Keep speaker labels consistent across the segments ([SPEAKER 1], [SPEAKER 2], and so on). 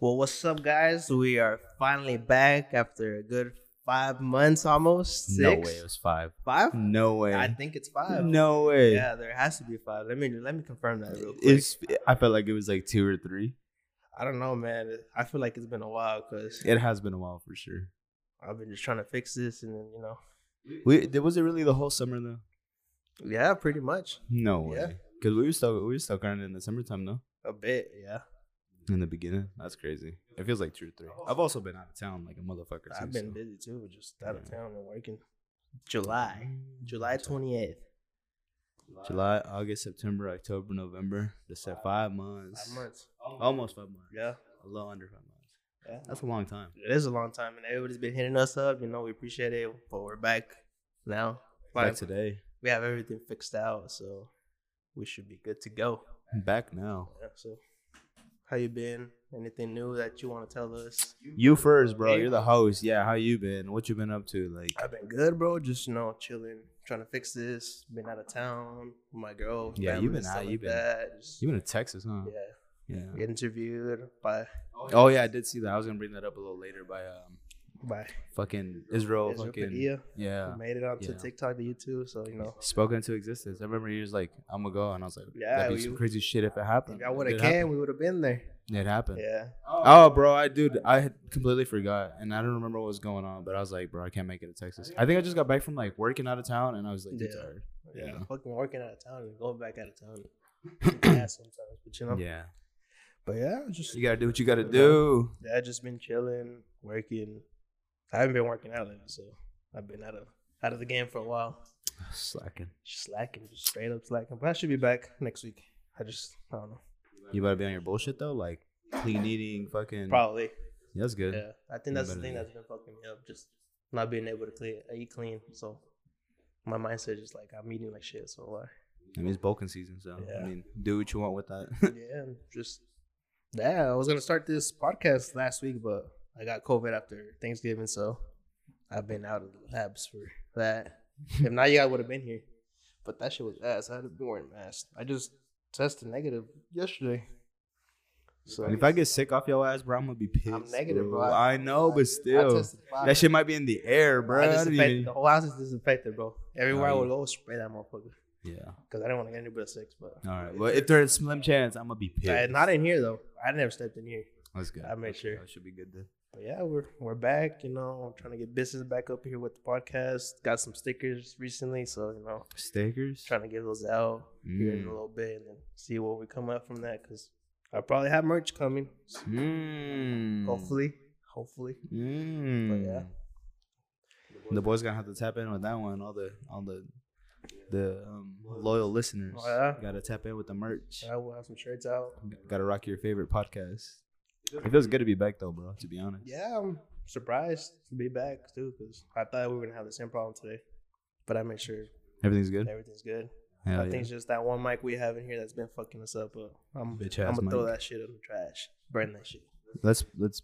[SPEAKER 1] Well, what's up, guys? We are finally back after a good five months, almost six.
[SPEAKER 2] No way, it was five.
[SPEAKER 1] Five?
[SPEAKER 2] No way.
[SPEAKER 1] I think it's five.
[SPEAKER 2] no way.
[SPEAKER 1] Yeah, there has to be five. Let me let me confirm that real quick.
[SPEAKER 2] It's. I felt like it was like two or three.
[SPEAKER 1] I don't know, man. I feel like it's been a while because
[SPEAKER 2] It has been a while for sure.
[SPEAKER 1] I've been just trying to fix this, and then you know.
[SPEAKER 2] We there was it really the whole summer though.
[SPEAKER 1] Yeah, pretty much
[SPEAKER 2] No
[SPEAKER 1] Yeah.
[SPEAKER 2] way. Because we were still we were still kind of in the summertime though.
[SPEAKER 1] a bit. Yeah,
[SPEAKER 2] In the beginning, that's crazy. It feels like two or three. I've also been out of town like a motherfucker.
[SPEAKER 1] I've
[SPEAKER 2] too,
[SPEAKER 1] been
[SPEAKER 2] so.
[SPEAKER 1] busy too, just out of
[SPEAKER 2] Yeah.
[SPEAKER 1] town and working. July, July twenty eighth.
[SPEAKER 2] July, August, September, October, November. That's at five months.
[SPEAKER 1] Five months.
[SPEAKER 2] Almost five months.
[SPEAKER 1] Yeah.
[SPEAKER 2] A little under five months.
[SPEAKER 1] Yeah.
[SPEAKER 2] That's a long time.
[SPEAKER 1] It is a long time, and everybody's been hitting us up. You know, we appreciate it, but we're back now.
[SPEAKER 2] Back
[SPEAKER 1] Like,
[SPEAKER 2] today.
[SPEAKER 1] we have everything fixed out, so we should be good to go.
[SPEAKER 2] Back now.
[SPEAKER 1] Yeah, so, how you been? Anything new that you want to tell us?
[SPEAKER 2] You first, bro. You're the host. Yeah, how you been? What you been up to? Like
[SPEAKER 1] I've been good, bro. Just you know, chilling, trying to fix this. Been out of town. with My girl.
[SPEAKER 2] Yeah,
[SPEAKER 1] family,
[SPEAKER 2] you been
[SPEAKER 1] stuff
[SPEAKER 2] out, you
[SPEAKER 1] like
[SPEAKER 2] been-
[SPEAKER 1] That. Just,
[SPEAKER 2] you been to Texas, huh?
[SPEAKER 1] yeah,
[SPEAKER 2] Yeah.
[SPEAKER 1] interviewed by
[SPEAKER 2] Oh yeah, I did see that. I was gonna bring that up a little later by um
[SPEAKER 1] by
[SPEAKER 2] fucking Israel,
[SPEAKER 1] Ezra
[SPEAKER 2] fucking
[SPEAKER 1] Padilla.
[SPEAKER 2] yeah.
[SPEAKER 1] Made it onto
[SPEAKER 2] Yeah.
[SPEAKER 1] TikTok to YouTube, so you know.
[SPEAKER 2] Spoken into existence. I remember he was like, "I'm gonna go," and I was like,
[SPEAKER 1] Yeah,
[SPEAKER 2] "That'd be
[SPEAKER 1] you-
[SPEAKER 2] some crazy shit if it happened."
[SPEAKER 1] If I would
[SPEAKER 2] It
[SPEAKER 1] have
[SPEAKER 2] happened.
[SPEAKER 1] came, we would have been there.
[SPEAKER 2] It happened.
[SPEAKER 1] Yeah.
[SPEAKER 2] Oh, bro, I dude, I had completely forgot, and I don't remember what was going on, but I was like, bro, I can't make it to Texas. I think I just got back from like working out of town, and I was like, too
[SPEAKER 1] Yeah.
[SPEAKER 2] tired.
[SPEAKER 1] Yeah.
[SPEAKER 2] Yeah.
[SPEAKER 1] Fucking working out of town and going back out of town. yeah, sometimes, but you know.
[SPEAKER 2] Yeah,
[SPEAKER 1] But yeah, just
[SPEAKER 2] you gotta do what you gotta do.
[SPEAKER 1] yeah, I just been chilling, working. I haven't been working out lately, so I've been out of out of the game for a while.
[SPEAKER 2] Slacking.
[SPEAKER 1] Just slacking, just straight up slacking. But I should be back next week. I just I don't know.
[SPEAKER 2] You better be on your bullshit though, like clean eating, fucking.
[SPEAKER 1] Probably.
[SPEAKER 2] Yeah, that's good.
[SPEAKER 1] Yeah. I think
[SPEAKER 2] You
[SPEAKER 1] that's the
[SPEAKER 2] better
[SPEAKER 1] thing
[SPEAKER 2] do.
[SPEAKER 1] that's been fucking me up. Just not being able to clean, eat clean. So my mindset is like I'm eating like shit. So uh,
[SPEAKER 2] I mean, it's bulking season, so
[SPEAKER 1] Yeah.
[SPEAKER 2] I mean, do what you want with that.
[SPEAKER 1] yeah, just yeah. I was gonna start this podcast last week, but I got COVID after Thanksgiving, so I've been out of the labs for that. if not, you guys would have been here. But that shit was ass. I had been wearing masks. I just tested negative yesterday. So
[SPEAKER 2] And if I get sick off your ass, bro, I'm gonna be pissed.
[SPEAKER 1] negative, bro.
[SPEAKER 2] I know, but still,
[SPEAKER 1] tested five.
[SPEAKER 2] that shit might be in the air, bro.
[SPEAKER 1] I
[SPEAKER 2] I didn't
[SPEAKER 1] disinfected-
[SPEAKER 2] even-
[SPEAKER 1] the whole house is disinfected, bro. Everywhere I
[SPEAKER 2] Oh,
[SPEAKER 1] would go, spray that motherfucker.
[SPEAKER 2] Yeah.
[SPEAKER 1] Because I didn't want to get anybody sick, but
[SPEAKER 2] All right. Well, if there's a slim chance, I'm gonna be pissed.
[SPEAKER 1] Uh, not in here though. I never stepped in here.
[SPEAKER 2] That's good.
[SPEAKER 1] I made sure.
[SPEAKER 2] That should be good then.
[SPEAKER 1] But yeah, we're we're back. You know, trying to get business back up here with the podcast. Got some stickers recently, so you know,
[SPEAKER 2] Stickers.
[SPEAKER 1] trying to get those out here in a
[SPEAKER 2] Mm.
[SPEAKER 1] little bit, and then see what we come up from that. Because I probably have merch coming.
[SPEAKER 2] Mm.
[SPEAKER 1] Hopefully, hopefully.
[SPEAKER 2] Mm.
[SPEAKER 1] But yeah.
[SPEAKER 2] The boys gonna have to tap in with that one. All the all the the um, loyal listeners
[SPEAKER 1] Oh, yeah.
[SPEAKER 2] gotta tap in with the merch.
[SPEAKER 1] I will have some shirts out.
[SPEAKER 2] Gotta rock your favorite podcast. It feels good to be back though, bro. To be honest.
[SPEAKER 1] Yeah, I'm surprised to be back too, because I thought we were gonna have the same problem today. But I made sure
[SPEAKER 2] Everything's good.
[SPEAKER 1] everything's good.
[SPEAKER 2] Hell
[SPEAKER 1] I
[SPEAKER 2] yeah.
[SPEAKER 1] think it's just that one mic we have in here that's been fucking us up. But I'm,
[SPEAKER 2] Bitch
[SPEAKER 1] I'm
[SPEAKER 2] ass
[SPEAKER 1] gonna throw
[SPEAKER 2] mic.
[SPEAKER 1] that shit in the trash. Burn that shit.
[SPEAKER 2] Let's let's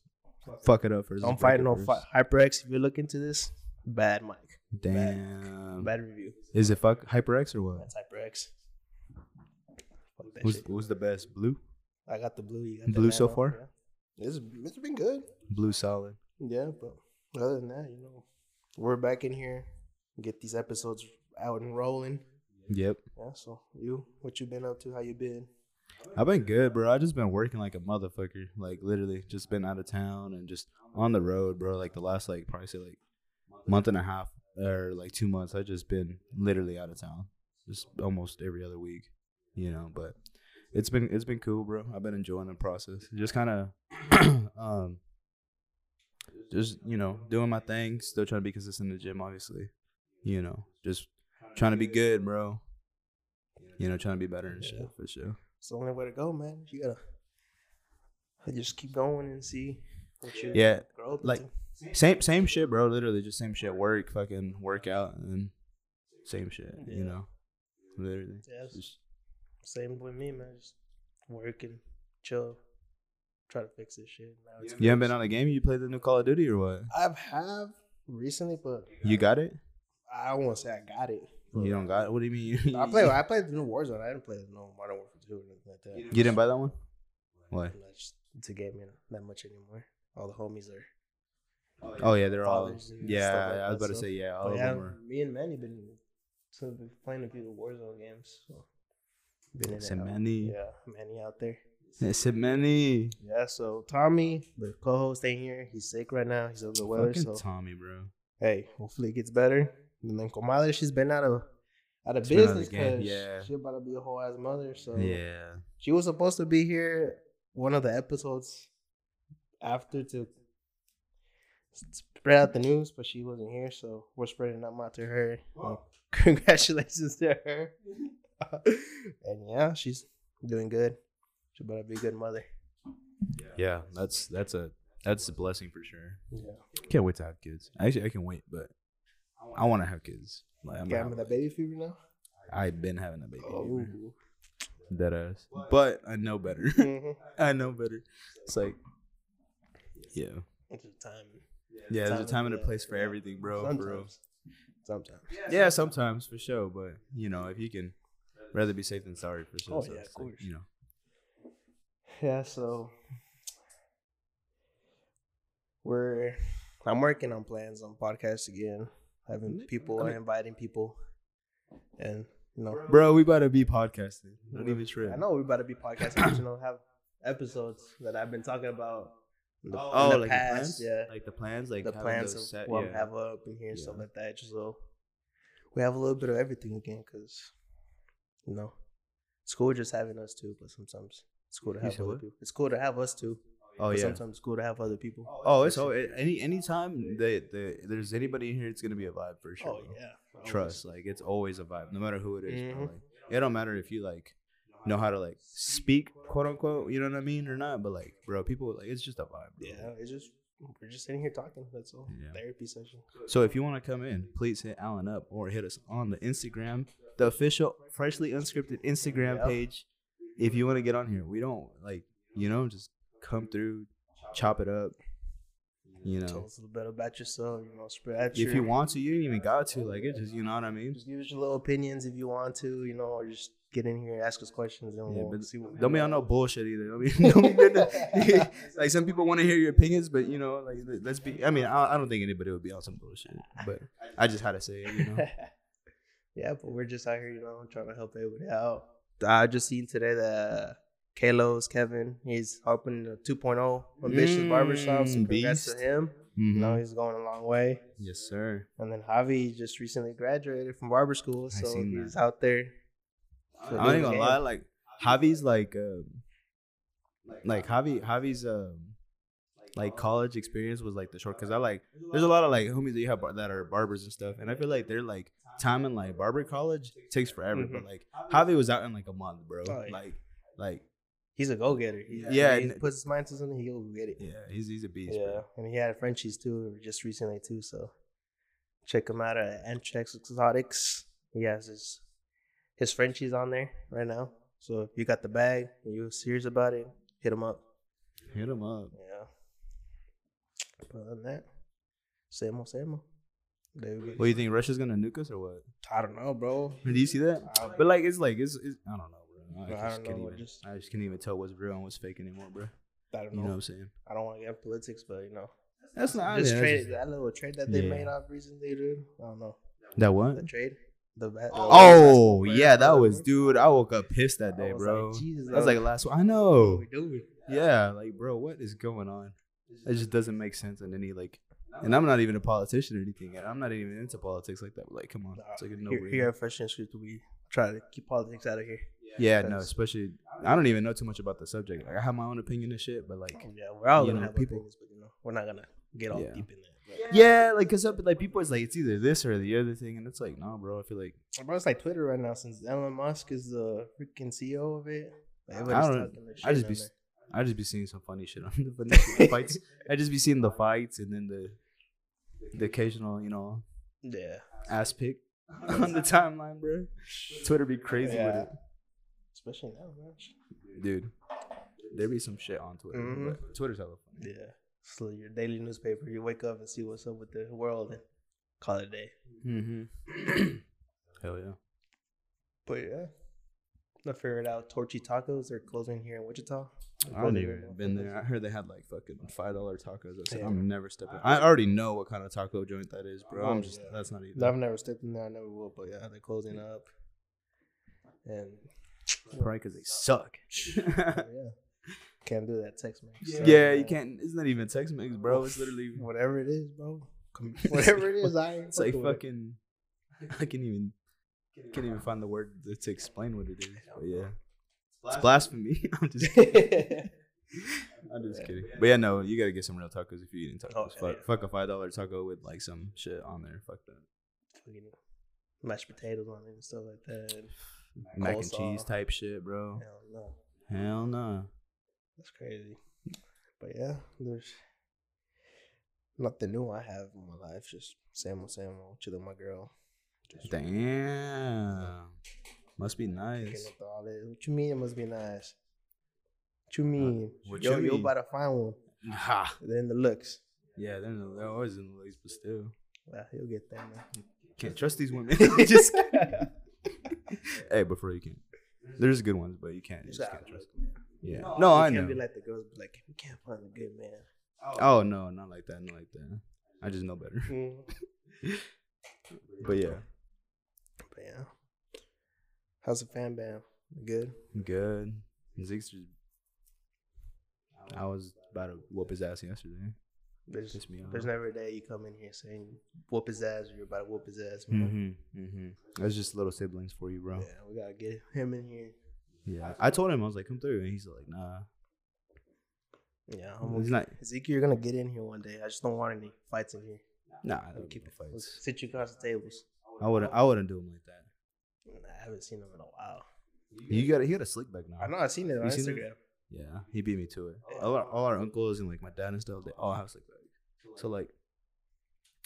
[SPEAKER 2] fuck it up first.
[SPEAKER 1] Don't
[SPEAKER 2] Let's break
[SPEAKER 1] fight
[SPEAKER 2] it
[SPEAKER 1] no
[SPEAKER 2] first.
[SPEAKER 1] fi- HyperX. If you're looking to this, bad mic,
[SPEAKER 2] Damn.
[SPEAKER 1] bad review.
[SPEAKER 2] Is it fuck HyperX or what?
[SPEAKER 1] That's HyperX. Fuck that
[SPEAKER 2] Who's,
[SPEAKER 1] shit.
[SPEAKER 2] who's the best? Blue.
[SPEAKER 1] I got the blue. You got the
[SPEAKER 2] Blue so
[SPEAKER 1] nano,
[SPEAKER 2] far?
[SPEAKER 1] yeah. It's it's been good.
[SPEAKER 2] Blue solid.
[SPEAKER 1] Yeah, but other than that, you know, we're back in here. Get these episodes out and rolling.
[SPEAKER 2] Yep.
[SPEAKER 1] Yeah. So you, what you been up to? How you been?
[SPEAKER 2] I've been good, bro. I just been working like a motherfucker. Like literally, just been out of town and just on the road, bro. Like the last like probably say like month and a half or like two months. I just been literally out of town, just almost every other week, you know. But it's been it's been cool, bro. I've been enjoying the process. Just kind of, um, just you know, doing my thing. Still trying to be consistent in the gym, obviously. You know, just trying to be good, bro. You know, trying to be better and shit for sure.
[SPEAKER 1] It's the only way to go, man. You gotta just keep going and see what you
[SPEAKER 2] Yeah,
[SPEAKER 1] grow up
[SPEAKER 2] like-
[SPEAKER 1] into.
[SPEAKER 2] Same same shit, bro. Literally just same shit. Work, fucking workout, and then same shit.
[SPEAKER 1] Yeah.
[SPEAKER 2] You know, literally.
[SPEAKER 1] Yeah, it's-
[SPEAKER 2] Just-
[SPEAKER 1] Same with me, man. Just work and chill. Try to fix this shit. Now it's
[SPEAKER 2] you haven't been on a game. You played the new Call of Duty or what?
[SPEAKER 1] I've have recently, but
[SPEAKER 2] You got it.
[SPEAKER 1] I won't say I got it.
[SPEAKER 2] You don't got it. What do you mean?
[SPEAKER 1] I played. I played the new Warzone. I didn't play the no Modern Warfare two or anything like that.
[SPEAKER 2] You didn't buy that one. Why?
[SPEAKER 1] And I just to gaming that much anymore. All the homies are.
[SPEAKER 2] Oh yeah, they're all.
[SPEAKER 1] Fathers and
[SPEAKER 2] Yeah,
[SPEAKER 1] stuff like
[SPEAKER 2] I was
[SPEAKER 1] that,
[SPEAKER 2] about to
[SPEAKER 1] so-
[SPEAKER 2] say yeah. All
[SPEAKER 1] But
[SPEAKER 2] of
[SPEAKER 1] yeah,
[SPEAKER 2] them are
[SPEAKER 1] me and Manny been, so been playing a few Warzone games. So been in and out.
[SPEAKER 2] Semeni.
[SPEAKER 1] Yeah, Manny out there.
[SPEAKER 2] Semeni.
[SPEAKER 1] Yeah, so Tommy, the co-host, ain't here. He's sick right now. He's over the weather.
[SPEAKER 2] Fucking
[SPEAKER 1] So
[SPEAKER 2] Tommy, bro.
[SPEAKER 1] hey, hopefully it gets better. And then Comadre, she's been out of out of
[SPEAKER 2] She's been out of the
[SPEAKER 1] business
[SPEAKER 2] game,
[SPEAKER 1] because
[SPEAKER 2] yeah.
[SPEAKER 1] she about to be a whole ass mother. So
[SPEAKER 2] Yeah.
[SPEAKER 1] she was supposed to be here one of the episodes after to s- spread out the news, but she wasn't here, so we're spreading them out to her. Uh, Congratulations to her. and yeah, she's doing good. She better be a good mother.
[SPEAKER 2] Yeah, that's that's a that's a blessing for sure.
[SPEAKER 1] Yeah.
[SPEAKER 2] Can't wait to have kids. Actually, I can wait, but I want to have kids. Like I'm
[SPEAKER 1] Got
[SPEAKER 2] having-
[SPEAKER 1] that baby fever now?
[SPEAKER 2] I've been having a baby.
[SPEAKER 1] Oh.
[SPEAKER 2] That ass. But I know better.
[SPEAKER 1] Mhm.
[SPEAKER 2] I know better. It's like, yeah,
[SPEAKER 1] It's a time.
[SPEAKER 2] yeah. There's a
[SPEAKER 1] Time
[SPEAKER 2] time and a
[SPEAKER 1] to-
[SPEAKER 2] place for
[SPEAKER 1] yeah.
[SPEAKER 2] everything, bro. For real.
[SPEAKER 1] Sometimes. Sometimes.
[SPEAKER 2] Yeah, sometimes for sure, but you know, if you can, rather be safe than sorry for sure.
[SPEAKER 1] Oh,
[SPEAKER 2] so
[SPEAKER 1] yeah,
[SPEAKER 2] it's
[SPEAKER 1] of
[SPEAKER 2] like,
[SPEAKER 1] course.
[SPEAKER 2] you know,
[SPEAKER 1] Yeah, so we're I'm working on plans on podcasts again, having
[SPEAKER 2] Mm,
[SPEAKER 1] people
[SPEAKER 2] I
[SPEAKER 1] and
[SPEAKER 2] mean-
[SPEAKER 1] inviting people, and you know,
[SPEAKER 2] bro, we about to be podcasting. Don't
[SPEAKER 1] We're-
[SPEAKER 2] even trip.
[SPEAKER 1] I know we're about to be podcasting, but you know, have episodes that I've been talking about. in the-
[SPEAKER 2] Oh,
[SPEAKER 1] in the
[SPEAKER 2] like
[SPEAKER 1] past,
[SPEAKER 2] the plans,
[SPEAKER 1] yeah,
[SPEAKER 2] like the plans, like
[SPEAKER 1] the
[SPEAKER 2] having
[SPEAKER 1] plans of
[SPEAKER 2] those set,
[SPEAKER 1] what
[SPEAKER 2] yeah.
[SPEAKER 1] I have up in here, and stuff
[SPEAKER 2] Yeah.
[SPEAKER 1] like that. Just so we have a little bit of everything again, because you know, it's cool just having us too. But sometimes it's cool to
[SPEAKER 2] You
[SPEAKER 1] have
[SPEAKER 2] said
[SPEAKER 1] other
[SPEAKER 2] what?
[SPEAKER 1] people. It's cool to have us too.
[SPEAKER 2] Oh
[SPEAKER 1] but
[SPEAKER 2] yeah.
[SPEAKER 1] sometimes it's cool to have other people.
[SPEAKER 2] Oh, it's all any anytime they, they there's anybody in here, it's gonna be a vibe for sure.
[SPEAKER 1] Oh
[SPEAKER 2] bro.
[SPEAKER 1] yeah,
[SPEAKER 2] Trust, like it's always a vibe, no matter who it is. bro.
[SPEAKER 1] Mhm.
[SPEAKER 2] Like, it don't matter if you like know how to like speak, quote unquote. You know what I mean or not? But like, bro, people like it's just a vibe. Bro.
[SPEAKER 1] Yeah, it's just we're just sitting here talking. That's all.
[SPEAKER 2] Yeah.
[SPEAKER 1] Therapy session.
[SPEAKER 2] So if you want to come in, please hit Alan up or hit us on the Instagram, the official freshly unscripted Instagram
[SPEAKER 1] Yep.
[SPEAKER 2] page. If you want to get on here, we don't like you know just come through, chop it up. You know,
[SPEAKER 1] Tell us a little bit about yourself. You know, spread out
[SPEAKER 2] if
[SPEAKER 1] your-
[SPEAKER 2] you want to, you ain't even got to. Like it just, you know what I mean.
[SPEAKER 1] just give us your little opinions if you want to. You know, or just get in here, ask us questions, and
[SPEAKER 2] Yeah,
[SPEAKER 1] we'll
[SPEAKER 2] but
[SPEAKER 1] see what. we
[SPEAKER 2] Don't be
[SPEAKER 1] do.
[SPEAKER 2] on no bullshit either. Don't be, don't be doing that. like some people want to hear your opinions, but you know, like let- let's be. I mean, I, I don't think anybody would be on some bullshit, but I just had to say it. You know,
[SPEAKER 1] yeah, but we're just out here, you know, trying to help everybody out. I just seen today that Kalos Kevin, he's helping the 2.0 ambitious
[SPEAKER 2] Mm,
[SPEAKER 1] barbershop. So congrats
[SPEAKER 2] beast.
[SPEAKER 1] to him. You know,
[SPEAKER 2] Mhm.
[SPEAKER 1] he's going a long way.
[SPEAKER 2] yes, sir.
[SPEAKER 1] And then Javi just recently graduated from barber school, so
[SPEAKER 2] seen
[SPEAKER 1] he's
[SPEAKER 2] that.
[SPEAKER 1] out there.
[SPEAKER 2] I'm not even gonna lie. Like Javi's like, um, like Javi, Javi's um, like college experience was like the short. Cause I like, there's a lot of like homies that you have bar- that are barbers and stuff, and I feel like they're like time in like barber college takes forever, but like Javi was out in like a month, bro.
[SPEAKER 1] Mm-hmm. Oh, yeah.
[SPEAKER 2] Like, like
[SPEAKER 1] He's a go getter.
[SPEAKER 2] Yeah,
[SPEAKER 1] he
[SPEAKER 2] and-
[SPEAKER 1] puts his mind to something, he'll get it.
[SPEAKER 2] yeah, he's he's a beast.
[SPEAKER 1] yeah,
[SPEAKER 2] Bro.
[SPEAKER 1] and he had Frenchies too just recently too. So check him out at Antrex Exotics. He has his his Frenchies on there right now. So if you got the bag and you're serious about it, hit him up.
[SPEAKER 2] Hit him up.
[SPEAKER 1] Yeah. But other than that, same old, same old. Dude,
[SPEAKER 2] What do you think? Russia's gonna nuke us or what?
[SPEAKER 1] I don't know, bro.
[SPEAKER 2] Do you see that?
[SPEAKER 1] I-
[SPEAKER 2] But like, it's like it's, it's I don't know, bro.
[SPEAKER 1] Bro, I
[SPEAKER 2] I just
[SPEAKER 1] don't
[SPEAKER 2] can't
[SPEAKER 1] know,
[SPEAKER 2] even.
[SPEAKER 1] just-
[SPEAKER 2] I just can't even tell what's real and what's fake anymore, bro.
[SPEAKER 1] I don't
[SPEAKER 2] You
[SPEAKER 1] know.
[SPEAKER 2] know what I'm saying?
[SPEAKER 1] I don't want to get in politics, but you know,
[SPEAKER 2] That's not
[SPEAKER 1] just
[SPEAKER 2] yeah, that's
[SPEAKER 1] trade
[SPEAKER 2] just-
[SPEAKER 1] that little trade that they
[SPEAKER 2] Yeah.
[SPEAKER 1] made off recently, dude. I don't know
[SPEAKER 2] That what?
[SPEAKER 1] the trade. The ba-
[SPEAKER 2] Oh yeah, that was dude. I woke up pissed that day, bro.
[SPEAKER 1] Jesus,
[SPEAKER 2] That was like last. Oh. I
[SPEAKER 1] what
[SPEAKER 2] know.
[SPEAKER 1] we doing?
[SPEAKER 2] Yeah, like bro, what is going on? It just doesn't make sense in any like. And I'm not even a politician or anything. And I'm not even into politics like that. Like, come on, it's like a no
[SPEAKER 1] here, here at Fresh and Street, we try to keep politics out of here.
[SPEAKER 2] Yeah, no,
[SPEAKER 1] That's-
[SPEAKER 2] especially I don't even know too much about the subject. Like, I have my own opinion and shit, but like,
[SPEAKER 1] yeah, we're all
[SPEAKER 2] you
[SPEAKER 1] gonna
[SPEAKER 2] know,
[SPEAKER 1] have
[SPEAKER 2] people-
[SPEAKER 1] people, opinions, but you know, we're not gonna get all
[SPEAKER 2] Yeah.
[SPEAKER 1] deep in that.
[SPEAKER 2] yeah, like, cause up, like people is like it's either this or the other thing, and it's like, nah, bro. I feel like
[SPEAKER 1] But, bro, it's like Twitter right now since Elon Musk is the freaking CEO of it.
[SPEAKER 2] I
[SPEAKER 1] Everybody's
[SPEAKER 2] don't-
[SPEAKER 1] talking their
[SPEAKER 2] I
[SPEAKER 1] shit
[SPEAKER 2] just
[SPEAKER 1] on
[SPEAKER 2] be
[SPEAKER 1] there.
[SPEAKER 2] I just be seeing some funny shit on the Venezuelan fights. I just be seeing the fights and then the the occasional, you know,
[SPEAKER 1] yeah,
[SPEAKER 2] ass pic on the timeline, bro. Twitter be crazy
[SPEAKER 1] Yeah.
[SPEAKER 2] with
[SPEAKER 1] especially now, bro.
[SPEAKER 2] it, dude. There be some shit on Twitter.
[SPEAKER 1] Mhm.
[SPEAKER 2] but Twitter's hella funny.
[SPEAKER 1] Yeah, so your daily newspaper. You wake up and see what's up with the world and call it a day.
[SPEAKER 2] Mm-hmm. Hell yeah.
[SPEAKER 1] But yeah, I figured out Torchy Tacos. They're closing here in Wichita.
[SPEAKER 2] I don't even been there. I heard they had like fucking five dollar tacos. I said
[SPEAKER 1] Yeah.
[SPEAKER 2] I'm never stepping. I already know what kind of taco joint that is, bro.
[SPEAKER 1] Oh,
[SPEAKER 2] I'm just
[SPEAKER 1] yeah.
[SPEAKER 2] that's not even
[SPEAKER 1] I've never stepped in there. I never will. But yeah, they're closing up. And
[SPEAKER 2] probably because they suck. yeah.
[SPEAKER 1] yeah, can't do that text man.
[SPEAKER 2] you can't. It's not even Tex Mex, bro. It's literally
[SPEAKER 1] Whatever it is, bro. Com- Whatever it is, I ain't
[SPEAKER 2] it's like
[SPEAKER 1] fucking with it.
[SPEAKER 2] fucking. I can't even can't even find the word to- to explain what it is. But yeah, it's blasphemy. I'm just I'm just kidding. But yeah, no, you gotta get some real tacos if you're eating tacos.
[SPEAKER 1] Oh, yeah,
[SPEAKER 2] fuck,
[SPEAKER 1] yeah.
[SPEAKER 2] fuck a five dollar taco with like some shit on there. Fuck that.
[SPEAKER 1] Fucking mashed potatoes on it and stuff like that.
[SPEAKER 2] Mac and
[SPEAKER 1] Coleslaw.
[SPEAKER 2] cheese type shit, bro.
[SPEAKER 1] Hell no,
[SPEAKER 2] Hell no.
[SPEAKER 1] that's crazy. But yeah, there's nothing new I have in my life. Just same old, same old. Chilling with my girl. Just
[SPEAKER 2] Damn. Must be
[SPEAKER 1] picking
[SPEAKER 2] nice.
[SPEAKER 1] up all this. What you mean? It must be nice. What you mean?
[SPEAKER 2] what
[SPEAKER 1] yo,
[SPEAKER 2] you
[SPEAKER 1] you
[SPEAKER 2] mean?
[SPEAKER 1] about to find one.
[SPEAKER 2] Ha.
[SPEAKER 1] Then the looks.
[SPEAKER 2] Yeah, they're, in the, they're always in the legs, but still.
[SPEAKER 1] Well, you'll get that, man.
[SPEAKER 2] Can't trust these women. Just Hey, before you can. There's good ones, but you can't. You
[SPEAKER 1] Just
[SPEAKER 2] just
[SPEAKER 1] gotta
[SPEAKER 2] can't trust.
[SPEAKER 1] look, man.
[SPEAKER 2] Yeah. No, I
[SPEAKER 1] You
[SPEAKER 2] know.
[SPEAKER 1] can't be like the girls. Be like, we can't find a good man.
[SPEAKER 2] Oh no, not like that. Not like that. I just know better.
[SPEAKER 1] Mm-hmm.
[SPEAKER 2] But yeah,
[SPEAKER 1] But yeah. How's the fan band? Good.
[SPEAKER 2] good. Zeke's just. I was about to whoop his ass yesterday.
[SPEAKER 1] There's,
[SPEAKER 2] Pissed me off.
[SPEAKER 1] there's never a day you come in here saying whoop his ass or you're about to whoop his ass. Man.
[SPEAKER 2] Mm-hmm. Mm-hmm. That's just little siblings for you, bro.
[SPEAKER 1] Yeah, we gotta get him in here.
[SPEAKER 2] Yeah. I told him I was like, come through, and he's like, nah.
[SPEAKER 1] Yeah, I'm
[SPEAKER 2] He's not.
[SPEAKER 1] Ezekiel, you're gonna get in here one day. I just don't want any fights in here.
[SPEAKER 2] Nah. I
[SPEAKER 1] We'll
[SPEAKER 2] don't
[SPEAKER 1] keep
[SPEAKER 2] keep
[SPEAKER 1] it.
[SPEAKER 2] no
[SPEAKER 1] We'll
[SPEAKER 2] fights.
[SPEAKER 1] sit you across the tables.
[SPEAKER 2] I wouldn't. I wouldn't do him like that.
[SPEAKER 1] I haven't seen him in a while.
[SPEAKER 2] You got. He got a slick back now.
[SPEAKER 1] I know I've seen it on
[SPEAKER 2] You seen it?
[SPEAKER 1] Instagram.
[SPEAKER 2] Yeah, he beat me to it. All our, all our uncles and like my dad and stuff, they all have slick back. So like,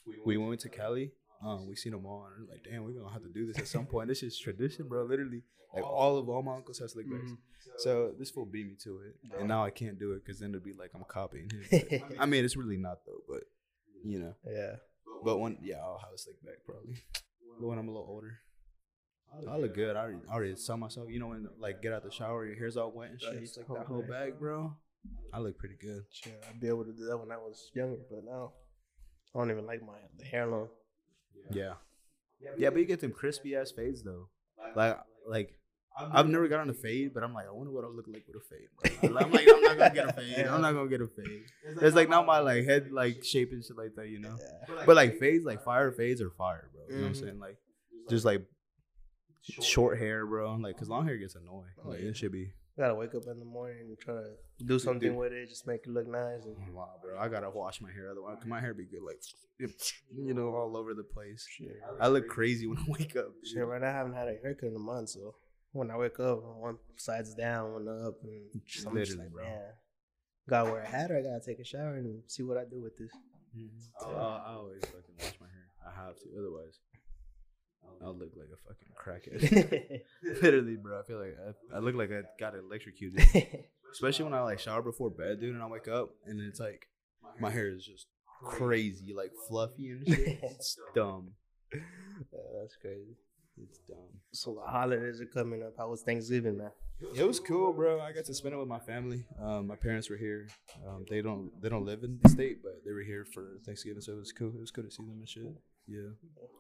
[SPEAKER 2] we when we went to Cali. Um, we seen them all, and we're like, damn, we're gonna have to do this at some point. This is tradition, bro. Literally, like all of Mm-hmm. all my uncles have slick backs.
[SPEAKER 1] Mhm.
[SPEAKER 2] So this fool beat me to it, and now I can't do it because then it'd be like I'm copying him. I mean, it's really not though, but you know.
[SPEAKER 1] yeah.
[SPEAKER 2] But one, yeah, I'll have a slick back probably. But when I'm a little older, I look good. I already, I already saw myself. You know when like get out the shower, your hair's all wet and shit.
[SPEAKER 1] Right.
[SPEAKER 2] It's like that whole bag, bro. Oh, I look pretty good.
[SPEAKER 1] Sure, I'd be able to do that when I was younger, but now I don't even like my the hair long.
[SPEAKER 2] Yeah. Yeah, but you get them crispy ass fades though. Like like. I've never gotten a fade, but I'm like, I wonder what I look like with a fade. bro. I'm like, I'm not gonna get a fade. I'm not gonna get a fade. It's like not my like head like shape and shit like that, you know.
[SPEAKER 1] Yeah.
[SPEAKER 2] But like fades, like fire fades are fire, bro. You know what I'm
[SPEAKER 1] Mhm.
[SPEAKER 2] saying? Like, just like short hair, bro. Like, cause long hair gets annoying.
[SPEAKER 1] Oh,
[SPEAKER 2] Like,
[SPEAKER 1] yeah.
[SPEAKER 2] it should be.
[SPEAKER 1] Gotta wake up in the morning and try to do something
[SPEAKER 2] Dude.
[SPEAKER 1] with it, just make it look nice. And
[SPEAKER 2] Wow, bro. I gotta wash my hair otherwise. 'cause My hair be good, like, you know, all over the place.
[SPEAKER 1] shit.
[SPEAKER 2] I look crazy when I wake up. dude.
[SPEAKER 1] Shit, right now I haven't had a haircut in a month, so when I wake up, one side's down, one up, and just- I'm just
[SPEAKER 2] Literally,
[SPEAKER 1] like,
[SPEAKER 2] bro.
[SPEAKER 1] man, gotta wear a hat or I gotta take a shower and see what I do with this.
[SPEAKER 2] Oh, I always fucking wash my hair. I have to, otherwise, I'll look like a fucking crackhead. Literally, bro. I feel like I, I look like I got electrocuted. Especially when I like shower before bed, dude, and I wake up and it's like my hair is just crazy, like fluffy and shit. It's dumb.
[SPEAKER 1] Yeah, that's crazy.
[SPEAKER 2] It's dumb.
[SPEAKER 1] So the holidays are coming up. How was Thanksgiving, man?
[SPEAKER 2] It was cool, bro. I got to spend it with my family. Um, my parents were here. Um, they don't they don't live in the state, but they were here for Thanksgiving, so it was cool. It was cool to see them and shit. Yeah.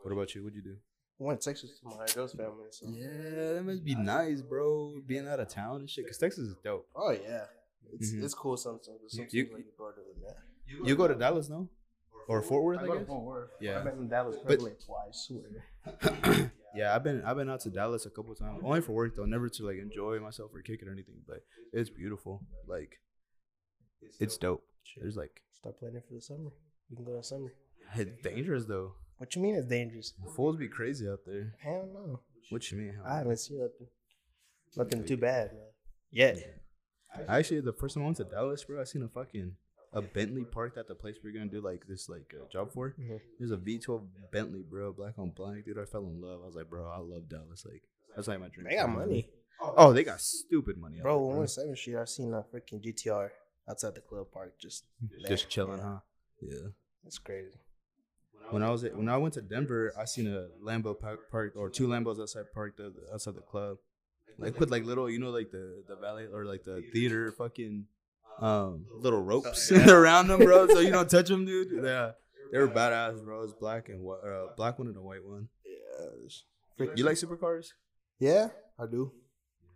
[SPEAKER 2] What about you? What'd you do?
[SPEAKER 1] I went to Texas with my girl's family. So.
[SPEAKER 2] Yeah, that must be nice, bro. Being out of town and shit, cause Texas is dope.
[SPEAKER 1] Oh yeah, it's
[SPEAKER 2] Mhm.
[SPEAKER 1] it's cool sometimes. but
[SPEAKER 2] You-
[SPEAKER 1] Sometimes
[SPEAKER 2] you-
[SPEAKER 1] like you go to the net.
[SPEAKER 2] You go to Dallas, no? Or Fort Worth,
[SPEAKER 1] I
[SPEAKER 2] I
[SPEAKER 1] go to
[SPEAKER 2] guess.
[SPEAKER 1] Fort Worth.
[SPEAKER 2] Yeah.
[SPEAKER 1] I've been in Dallas probably twice. Where
[SPEAKER 2] yeah, I've been I've been out to Dallas a couple times, only for work though, never to like enjoy myself or kick it or anything. But it's beautiful. Like, it's dope. There's like
[SPEAKER 1] start planning for the summer. We can go in summer.
[SPEAKER 2] it's dangerous though.
[SPEAKER 1] What you mean it's dangerous?
[SPEAKER 2] The fools be crazy out there.
[SPEAKER 1] Hell no.
[SPEAKER 2] What you mean?
[SPEAKER 1] I
[SPEAKER 2] Hell?
[SPEAKER 1] haven't seen Ah, nothing. Nothing too bad, man. Yet.
[SPEAKER 2] Actually, the first time I went to Dallas, bro, I seen a fucking a Bentley parked at the place we are gonna do like this like uh, job for.
[SPEAKER 1] Mhm.
[SPEAKER 2] There's a V12 Bentley, bro, black on black, dude. I fell in love. I was like, bro, I love Dallas. Like that's like my dream.
[SPEAKER 1] They got
[SPEAKER 2] town.
[SPEAKER 1] money.
[SPEAKER 2] Oh, they got stupid money, out
[SPEAKER 1] Bro,
[SPEAKER 2] there,
[SPEAKER 1] when we were 7th Street, I seen a freaking GTR outside the club park. Just,
[SPEAKER 2] Just chilling,
[SPEAKER 1] Yeah.
[SPEAKER 2] huh? Yeah.
[SPEAKER 1] That's crazy.
[SPEAKER 2] When I was at, when I went to Denver, I seen a Lambo pa- parked or two Lambos outside parked the- outside the club. Like put like little, you know, like the the valet or like the theater fucking um little ropes around them, bro, so you don't touch them, dude. Yeah, they were badass, bro. It's black and white, uh, black one and a white one.
[SPEAKER 1] Yes.
[SPEAKER 2] Frick, You like supercars?
[SPEAKER 1] Yeah, I do.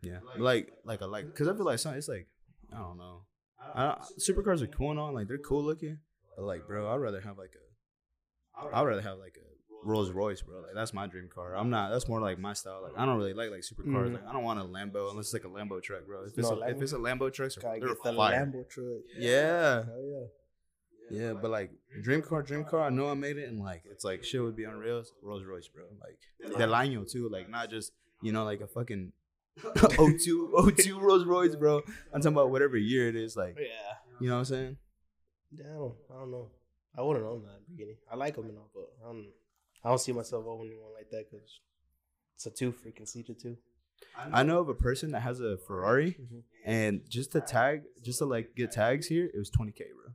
[SPEAKER 2] Yeah, like like I like because I feel like some, it's like I don't know. I don't, supercars are cool and all, like they're cool looking, but like, bro, I'd rather have like a, I'd rather have like a Rolls Royce, bro. Like that's my dream car. I'm not. That's more like my style. Like I don't really like like supercars.
[SPEAKER 1] Mhm.
[SPEAKER 2] Like, I don't want a Lambo unless it's like a Lambo truck, bro. If it's,
[SPEAKER 1] No,
[SPEAKER 2] a, if
[SPEAKER 1] Lambo-
[SPEAKER 2] it's a Lambo truck,
[SPEAKER 1] Gotta
[SPEAKER 2] they're
[SPEAKER 1] get the
[SPEAKER 2] fire.
[SPEAKER 1] Lambo truck.
[SPEAKER 2] Yeah,
[SPEAKER 1] Hell yeah.
[SPEAKER 2] yeah, but like dream car, dream car. I know I made it, and like it's like shit would be unreal. It's Rolls Royce, bro. Like Del Año too. Like not just you know like a fucking 02, 02 Rolls Royce, bro. I'm talking about whatever year it is. Like
[SPEAKER 1] Yeah.
[SPEAKER 2] you know what I'm saying?
[SPEAKER 1] Damn, I don't know. I wouldn't own that in the beginning. I like them and all, but I don't, I don't see myself owning one like that because it's a two freaking seater too.
[SPEAKER 2] I know of a person that has a Ferrari,
[SPEAKER 1] Mhm.
[SPEAKER 2] and just to tag, just to like get tags here, it was 20k, bro,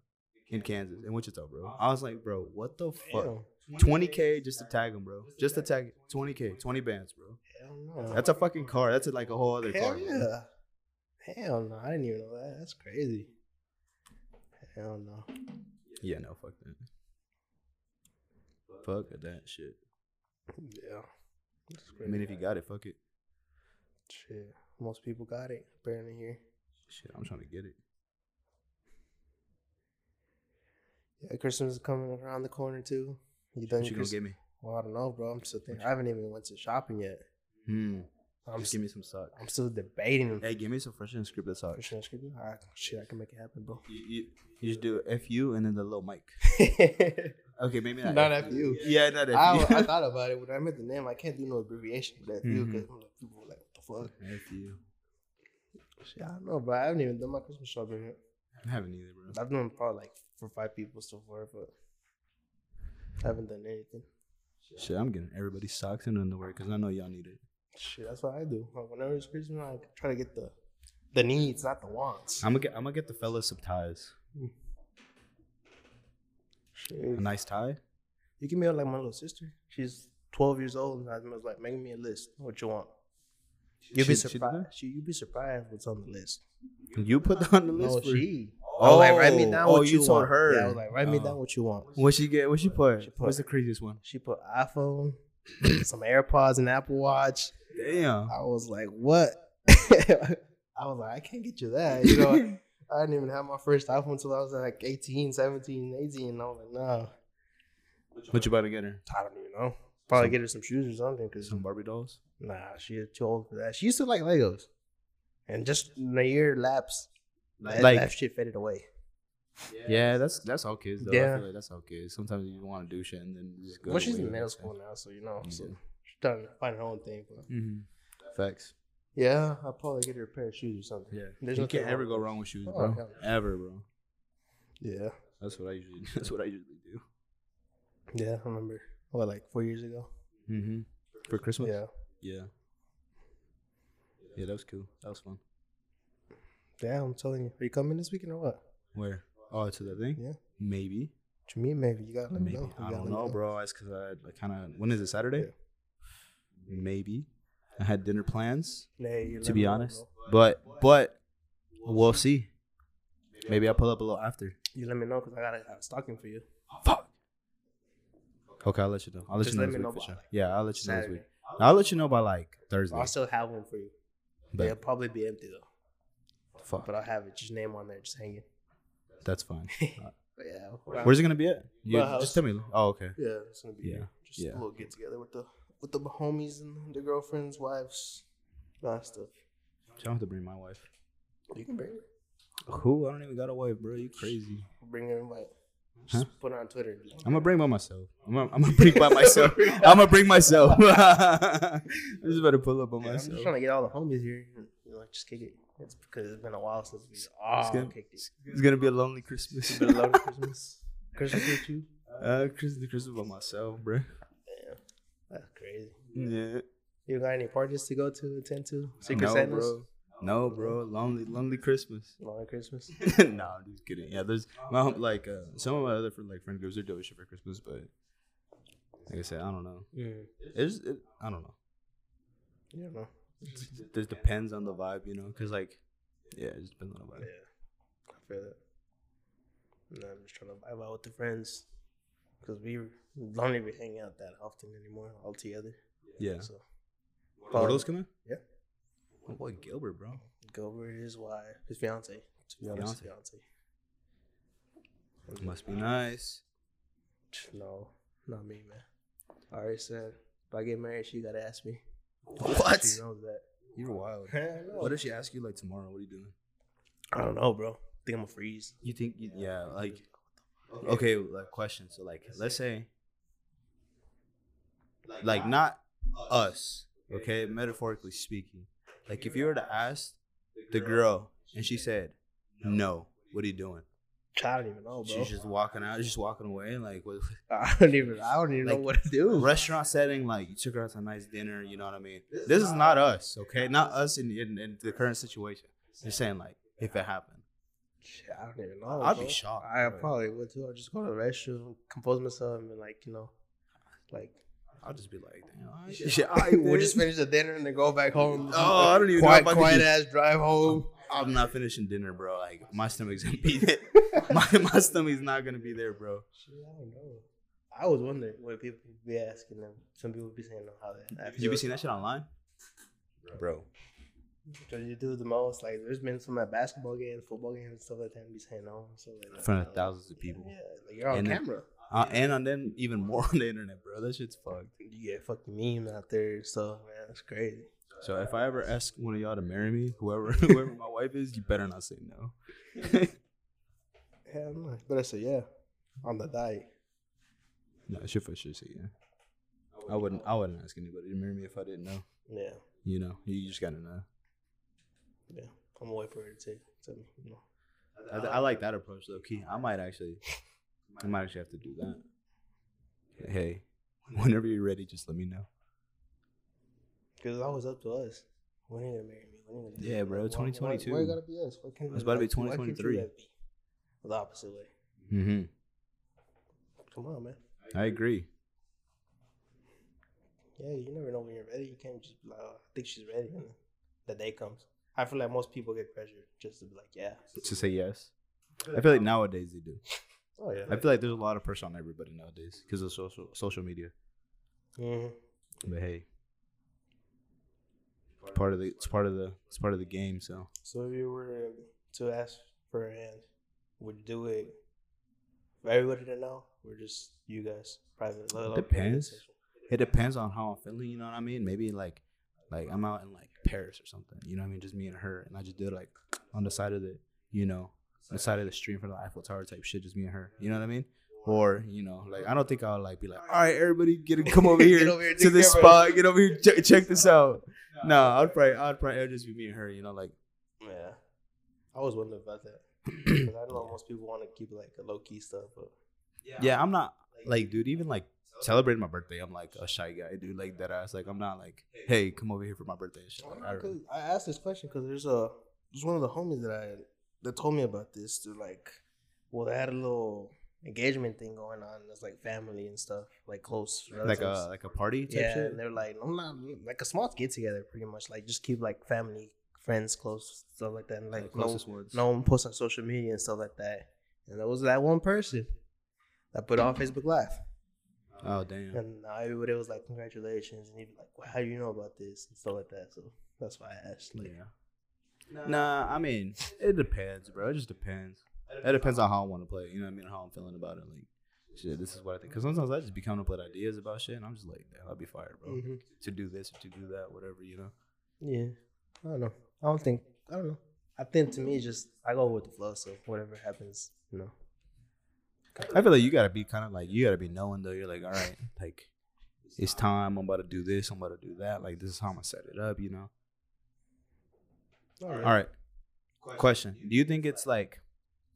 [SPEAKER 2] in Kansas, in Wichita, bro. I was like, bro, what the fuck?
[SPEAKER 1] Damn,
[SPEAKER 2] 20k just to tag him, bro. Just to tag 20k, 20 bands, bro.
[SPEAKER 1] hell no.
[SPEAKER 2] That's a fucking car. That's like a whole other
[SPEAKER 1] hell
[SPEAKER 2] car. bro.
[SPEAKER 1] yeah. Hell no, I didn't even know that. That's crazy. Hell no.
[SPEAKER 2] Yeah, no, fuck that. Fuck that shit.
[SPEAKER 1] Yeah. That's
[SPEAKER 2] I mean, if you got it, fuck it.
[SPEAKER 1] Shit. Most people got it apparently here.
[SPEAKER 2] Shit, I'm trying to get it.
[SPEAKER 1] Yeah, Christmas is coming around the corner too. You done your
[SPEAKER 2] What you gonna
[SPEAKER 1] Christmas?
[SPEAKER 2] get me?
[SPEAKER 1] Well, I don't know, bro. I'm still thinking. I haven't even went to shopping yet.
[SPEAKER 2] Hmm.
[SPEAKER 1] I'm
[SPEAKER 2] Just
[SPEAKER 1] still,
[SPEAKER 2] give me some socks.
[SPEAKER 1] I'm still debating.
[SPEAKER 2] Hey, give me some fresh and scripted
[SPEAKER 1] For
[SPEAKER 2] socks.
[SPEAKER 1] sure, it's creepy. I, Ah, shit, I can make it happen, bro.
[SPEAKER 2] You, you, you just do FU and then the little mic.
[SPEAKER 1] not
[SPEAKER 2] Okay, maybe not.
[SPEAKER 1] FU.
[SPEAKER 2] Yeah, not FU.
[SPEAKER 1] I, I thought about it when I met the name. I can't do no abbreviation with FU
[SPEAKER 2] Mm-hmm.
[SPEAKER 1] because people were like, "What
[SPEAKER 2] FU.
[SPEAKER 1] the fuck?" Shit, I don't know, bro. I haven't even done my Christmas shopping yet.
[SPEAKER 2] I haven't either, bro.
[SPEAKER 1] I've done probably like for five people so far, but I haven't done anything.
[SPEAKER 2] Shit, I'm getting everybody's socks and underwear because I know y'all need it.
[SPEAKER 1] Shit, that's what I do. Like, whenever it's Christmas, I try to get the the needs, not the wants.
[SPEAKER 2] I'm gonna get, I'm gonna get the fellas some ties.
[SPEAKER 1] Shit.
[SPEAKER 2] A nice tie.
[SPEAKER 1] You can be like my little sister. She's 12 years old, and I was like, make me a list of what you want. You'd be
[SPEAKER 2] She- she did
[SPEAKER 1] surprised. She, you'd be surprised what's on the list.
[SPEAKER 2] You put that on the list.
[SPEAKER 1] No,
[SPEAKER 2] for-
[SPEAKER 1] she. Oh, like write me down
[SPEAKER 2] oh,
[SPEAKER 1] what
[SPEAKER 2] you
[SPEAKER 1] you,
[SPEAKER 2] told
[SPEAKER 1] want.
[SPEAKER 2] her.
[SPEAKER 1] Yeah, I was like, write me
[SPEAKER 2] Oh.
[SPEAKER 1] down what you want.
[SPEAKER 2] What she get? What she put?
[SPEAKER 1] put-
[SPEAKER 2] What's the craziest one?
[SPEAKER 1] She put iPhone, some AirPods, and Apple Watch.
[SPEAKER 2] Damn.
[SPEAKER 1] I was like, what? I was like, I can't get you that. You know, I didn't even have my first iPhone until I was like 18, 17, 18. And I was like, no,
[SPEAKER 2] What you about to get her?
[SPEAKER 1] I don't even know. Probably get her some shoes or something because
[SPEAKER 2] Some Barbie dolls.
[SPEAKER 1] Nah, she is too old for that. She used to like Legos, and just in a year lapse, that,
[SPEAKER 2] Like-
[SPEAKER 1] that shit faded away.
[SPEAKER 2] Yeah, that's that's all kids though. I
[SPEAKER 1] Yeah.
[SPEAKER 2] feel like that's all kids. Sometimes you want to do shit and then you just go.
[SPEAKER 1] Well, she's in middle school now, so you know, so
[SPEAKER 2] Yeah.
[SPEAKER 1] she's trying to find her own thing. But
[SPEAKER 2] Mm-hmm. Facts.
[SPEAKER 1] yeah, I'll probably get her a pair of shoes or something.
[SPEAKER 2] Yeah.
[SPEAKER 1] There's
[SPEAKER 2] you
[SPEAKER 1] nothing
[SPEAKER 2] can't ever
[SPEAKER 1] wrong
[SPEAKER 2] go wrong with shoes,
[SPEAKER 1] Oh,
[SPEAKER 2] bro.
[SPEAKER 1] hell
[SPEAKER 2] ever, bro.
[SPEAKER 1] Yeah,
[SPEAKER 2] That's what I usually. That's what I usually do.
[SPEAKER 1] yeah, I remember. What, like four years ago?
[SPEAKER 2] Mm-hmm. For Christmas.
[SPEAKER 1] Yeah,
[SPEAKER 2] Yeah. Yeah, that was cool. That was fun.
[SPEAKER 1] yeah. I'm telling you, are you coming this weekend or what?
[SPEAKER 2] Where? Oh, to the thing?
[SPEAKER 1] Yeah.
[SPEAKER 2] Maybe.
[SPEAKER 1] What you mean maybe? You gotta let me
[SPEAKER 2] Maybe.
[SPEAKER 1] know. You
[SPEAKER 2] I
[SPEAKER 1] gotta let
[SPEAKER 2] don't
[SPEAKER 1] me
[SPEAKER 2] know, bro. It's because I, I kind of. When is it? Saturday?
[SPEAKER 1] Yeah.
[SPEAKER 2] Maybe. I had dinner plans,
[SPEAKER 1] Nah, you
[SPEAKER 2] to
[SPEAKER 1] let
[SPEAKER 2] be
[SPEAKER 1] me know,
[SPEAKER 2] honest.
[SPEAKER 1] bro.
[SPEAKER 2] But, but, we'll see. Maybe I'll pull up a little after.
[SPEAKER 1] you let me know because I got a, a stocking for you.
[SPEAKER 2] Fuck. Okay, I'll let you know. I'll let
[SPEAKER 1] Just
[SPEAKER 2] you know
[SPEAKER 1] let
[SPEAKER 2] this
[SPEAKER 1] me
[SPEAKER 2] week
[SPEAKER 1] know
[SPEAKER 2] for
[SPEAKER 1] by,
[SPEAKER 2] sure.
[SPEAKER 1] like,
[SPEAKER 2] Yeah, I'll let you know this
[SPEAKER 1] Saturday.
[SPEAKER 2] week. I'll let you know by like Thursday.
[SPEAKER 1] I'll still have one for you.
[SPEAKER 2] Bet.
[SPEAKER 1] They'll probably be empty though,
[SPEAKER 2] Fuck.
[SPEAKER 1] but I'll have it. Just name on there, just hanging.
[SPEAKER 2] That's fine.
[SPEAKER 1] But yeah,
[SPEAKER 2] Uh, Where's it gonna be at? You,
[SPEAKER 1] My
[SPEAKER 2] just
[SPEAKER 1] house.
[SPEAKER 2] tell me. Oh, okay.
[SPEAKER 1] Yeah, it's gonna be
[SPEAKER 2] Yeah,
[SPEAKER 1] here. just
[SPEAKER 2] yeah.
[SPEAKER 1] a little get together with the with the homies and the girlfriends, wives, that stuff.
[SPEAKER 2] I don't have to bring my wife.
[SPEAKER 1] You can bring it.
[SPEAKER 2] Who? I don't even got a wife, bro. You crazy.
[SPEAKER 1] bring an invite. Just put it on Twitter. and be like,
[SPEAKER 2] I'm gonna bring by myself. I'm gonna, I'm gonna bring by myself. I'm gonna bring myself. I just better pull up on
[SPEAKER 1] "Yeah, I'm just
[SPEAKER 2] myself.
[SPEAKER 1] trying to get all the homies here. and, You know, just kick it. It's because it's been a while since we all
[SPEAKER 2] good.
[SPEAKER 1] kicked it.
[SPEAKER 2] It's gonna be a lonely Christmas.
[SPEAKER 1] It's been a lot of Christmas. Christmas with you.
[SPEAKER 2] uh, Christmas, Christmas by myself, bro.
[SPEAKER 1] Damn, that's crazy.
[SPEAKER 2] Yeah.
[SPEAKER 1] You got any parties to go to, attend to? Secret
[SPEAKER 2] no,
[SPEAKER 1] Santas?
[SPEAKER 2] bro. No, bro. Lonely, lonely Christmas.
[SPEAKER 1] Long Christmas.
[SPEAKER 2] no, I'm just kidding. Yeah, there's my hom- like uh, some of my other friend, like friend groups are doing shit for Christmas, but like I said, I don't know.
[SPEAKER 1] Mm.
[SPEAKER 2] It's it, I don't know.
[SPEAKER 1] You don't know.
[SPEAKER 2] It just depends on the vibe, you know, because like, yeah, it just depends on the
[SPEAKER 1] Yeah,
[SPEAKER 2] vibe.
[SPEAKER 1] I feel that. No, I'm just trying to vibe out with the friends because we don't even hang out that often anymore all together.
[SPEAKER 2] Yeah.
[SPEAKER 1] So
[SPEAKER 2] What else coming?
[SPEAKER 1] Yeah.
[SPEAKER 2] My boy Gilbert, bro.
[SPEAKER 1] Gilbert, his wife, his fiance, to be honest, fiance.
[SPEAKER 2] Must be nice.
[SPEAKER 1] No, not me, man. I already said if I get married, she gotta ask me.
[SPEAKER 2] What?
[SPEAKER 1] She knows that.
[SPEAKER 2] You're wild.
[SPEAKER 1] I know.
[SPEAKER 2] What if she asks you like tomorrow? What are you doing?
[SPEAKER 1] I don't know, bro. think I'm gonna freeze.
[SPEAKER 2] You think? You, yeah, like. Okay, like question. So like, let's say. Like not us, okay? Metaphorically speaking, like if you were to ask the girl and she said, "No, what are you doing?" Oh,
[SPEAKER 1] I don't even know, bro.
[SPEAKER 2] She's just walking out, just walking away. Like what,
[SPEAKER 1] I don't even. I don't even know
[SPEAKER 2] Like,
[SPEAKER 1] what to do.
[SPEAKER 2] restaurant setting, like you took her out to a nice dinner. You know what I mean? This is not us, okay? Not us in in, in the current situation. Just saying, like if it happened,
[SPEAKER 1] Shit, I don't even know.
[SPEAKER 2] I'd
[SPEAKER 1] bro.
[SPEAKER 2] be shocked,
[SPEAKER 1] I
[SPEAKER 2] bro.
[SPEAKER 1] probably would too. I'll just go to the restroom, compose myself, and like you know, like
[SPEAKER 2] I'll just be like, damn, all right,
[SPEAKER 1] shit,
[SPEAKER 2] all right,
[SPEAKER 1] we'll
[SPEAKER 2] then.
[SPEAKER 1] just finish the dinner and then go back home.
[SPEAKER 2] Oh, I don't even know
[SPEAKER 1] quiet,
[SPEAKER 2] if I could
[SPEAKER 1] quiet
[SPEAKER 2] do-
[SPEAKER 1] ass drive home.
[SPEAKER 2] I'm not finishing dinner, bro. Like my stomach's gonna be there. my my stomach's not gonna be there, bro.
[SPEAKER 1] Shit, I don't know. I was wondering what people would be asking them. Some people be saying how that. I
[SPEAKER 2] Did you be
[SPEAKER 1] feel.
[SPEAKER 2] seeing that shit online, bro?
[SPEAKER 1] Because you do the most. Like, there's been some at basketball games, football games, and stuff like that, and be saying no. So, like,
[SPEAKER 2] In front of thousands of
[SPEAKER 1] Yeah,
[SPEAKER 2] people,
[SPEAKER 1] like you're on
[SPEAKER 2] And then-
[SPEAKER 1] camera.
[SPEAKER 2] uh, and on then even more on the internet, bro. That shit's fucked.
[SPEAKER 1] You get fucking memes out there and stuff, man. It's crazy.
[SPEAKER 2] So if I ever ask one of y'all to marry me, whoever whoever my wife is, you better not say no.
[SPEAKER 1] Hell no. But I said, yeah, on the diet.
[SPEAKER 2] no, I should for sure say yeah. I wouldn't I wouldn't ask anybody to marry me if I didn't know.
[SPEAKER 1] Yeah,
[SPEAKER 2] You know, you just gotta know.
[SPEAKER 1] yeah. I'm away for her to take. To me, you know.
[SPEAKER 2] I, I like that approach though, Key. I might actually, I might actually have to do that. Hey, whenever you're ready, just let me know.
[SPEAKER 1] Because it's always up to us. When are you gonna marry me? When you gonna do
[SPEAKER 2] Yeah,
[SPEAKER 1] it?
[SPEAKER 2] bro,
[SPEAKER 1] Why- why-
[SPEAKER 2] 2022.
[SPEAKER 1] Why, you gotta be us? Why can't
[SPEAKER 2] It's about to be
[SPEAKER 1] why can't you
[SPEAKER 2] 2023.
[SPEAKER 1] guys be The opposite way.
[SPEAKER 2] Mm-hmm.
[SPEAKER 1] Come on, man.
[SPEAKER 2] I agree.
[SPEAKER 1] Yeah, you never know when you're ready. You can't just be like, oh, I think she's ready when the day comes. I feel like most people get pressured just to be like, yeah.
[SPEAKER 2] To say yes, I feel like nowadays they do.
[SPEAKER 1] Oh yeah.
[SPEAKER 2] I feel like there's a lot of pressure on everybody nowadays because of social social media.
[SPEAKER 1] hmm
[SPEAKER 2] But hey, part of the it's part of the it's part of the game. So
[SPEAKER 1] So if you were to ask for a hand, would you do it for everybody to know, or just you guys private? little private
[SPEAKER 2] Depends.
[SPEAKER 1] session?
[SPEAKER 2] it depends on how I'm feeling. You know what I mean? Maybe like like I'm out in like Paris or something. You know what I mean? Just me and her, and I just did like on the side of the you know the side of the street in front of the Eiffel Tower type shit. Just me and her. You know what I mean? Or you know, like I don't think I'll like be like, all right, everybody, get it, come over
[SPEAKER 1] Get
[SPEAKER 2] here
[SPEAKER 1] over here,
[SPEAKER 2] to
[SPEAKER 1] take
[SPEAKER 2] this
[SPEAKER 1] care of
[SPEAKER 2] spot. Get over here, check, check this out. No, I'd probably, I'd probably, it'd just be me and her. You know, like
[SPEAKER 1] Yeah, I was wondering about that because I know most people want to keep like a low key stuff, but
[SPEAKER 2] yeah, I'm not like, dude, even like celebrating my birthday, I'm like a shy guy, dude. Like that ass, like I'm not like, hey, come over here for my birthday. and shit. Like, I,
[SPEAKER 1] Because I asked this question because there's a there's one of the homies that I that told me about this. They're like, well, they had a little engagement thing going on. It's like family and stuff, like close relatives.
[SPEAKER 2] like a like a party type
[SPEAKER 1] yeah,
[SPEAKER 2] shit.
[SPEAKER 1] and they're like, I'm not like a small get together, pretty much. Like just keep like family, friends close, stuff like that. And, like
[SPEAKER 2] the
[SPEAKER 1] no,
[SPEAKER 2] closest ones.
[SPEAKER 1] no one posts on social media and stuff like that. And there was that one person that put it on Facebook Live.
[SPEAKER 2] Oh damn.
[SPEAKER 1] And now everybody was like, "Congratulations!" And he'd be like, well, "How do you know about this?" and stuff like that. So that's why I asked. Like,
[SPEAKER 2] Yeah. Nah, I mean, it depends, bro. It just depends. It depends on how I want to play. it, You know what I mean? How I'm feeling about it. Like, shit, this is what I think. Because sometimes I just be coming up with ideas about shit, and I'm just like, damn, I'll be fired, bro.
[SPEAKER 1] Mhm.
[SPEAKER 2] To do this or to do that, whatever, you know.
[SPEAKER 1] yeah, I don't know. I don't think. I don't know. I think to me, it's just I go with the flow. So whatever happens, you know.
[SPEAKER 2] I feel like you gotta be kind of like you gotta be knowing though. You're like, all right, like it's time. I'm about to do this. I'm about to do that. Like this is how I'm gonna set it up. You know. All right. Question: Do you think it's like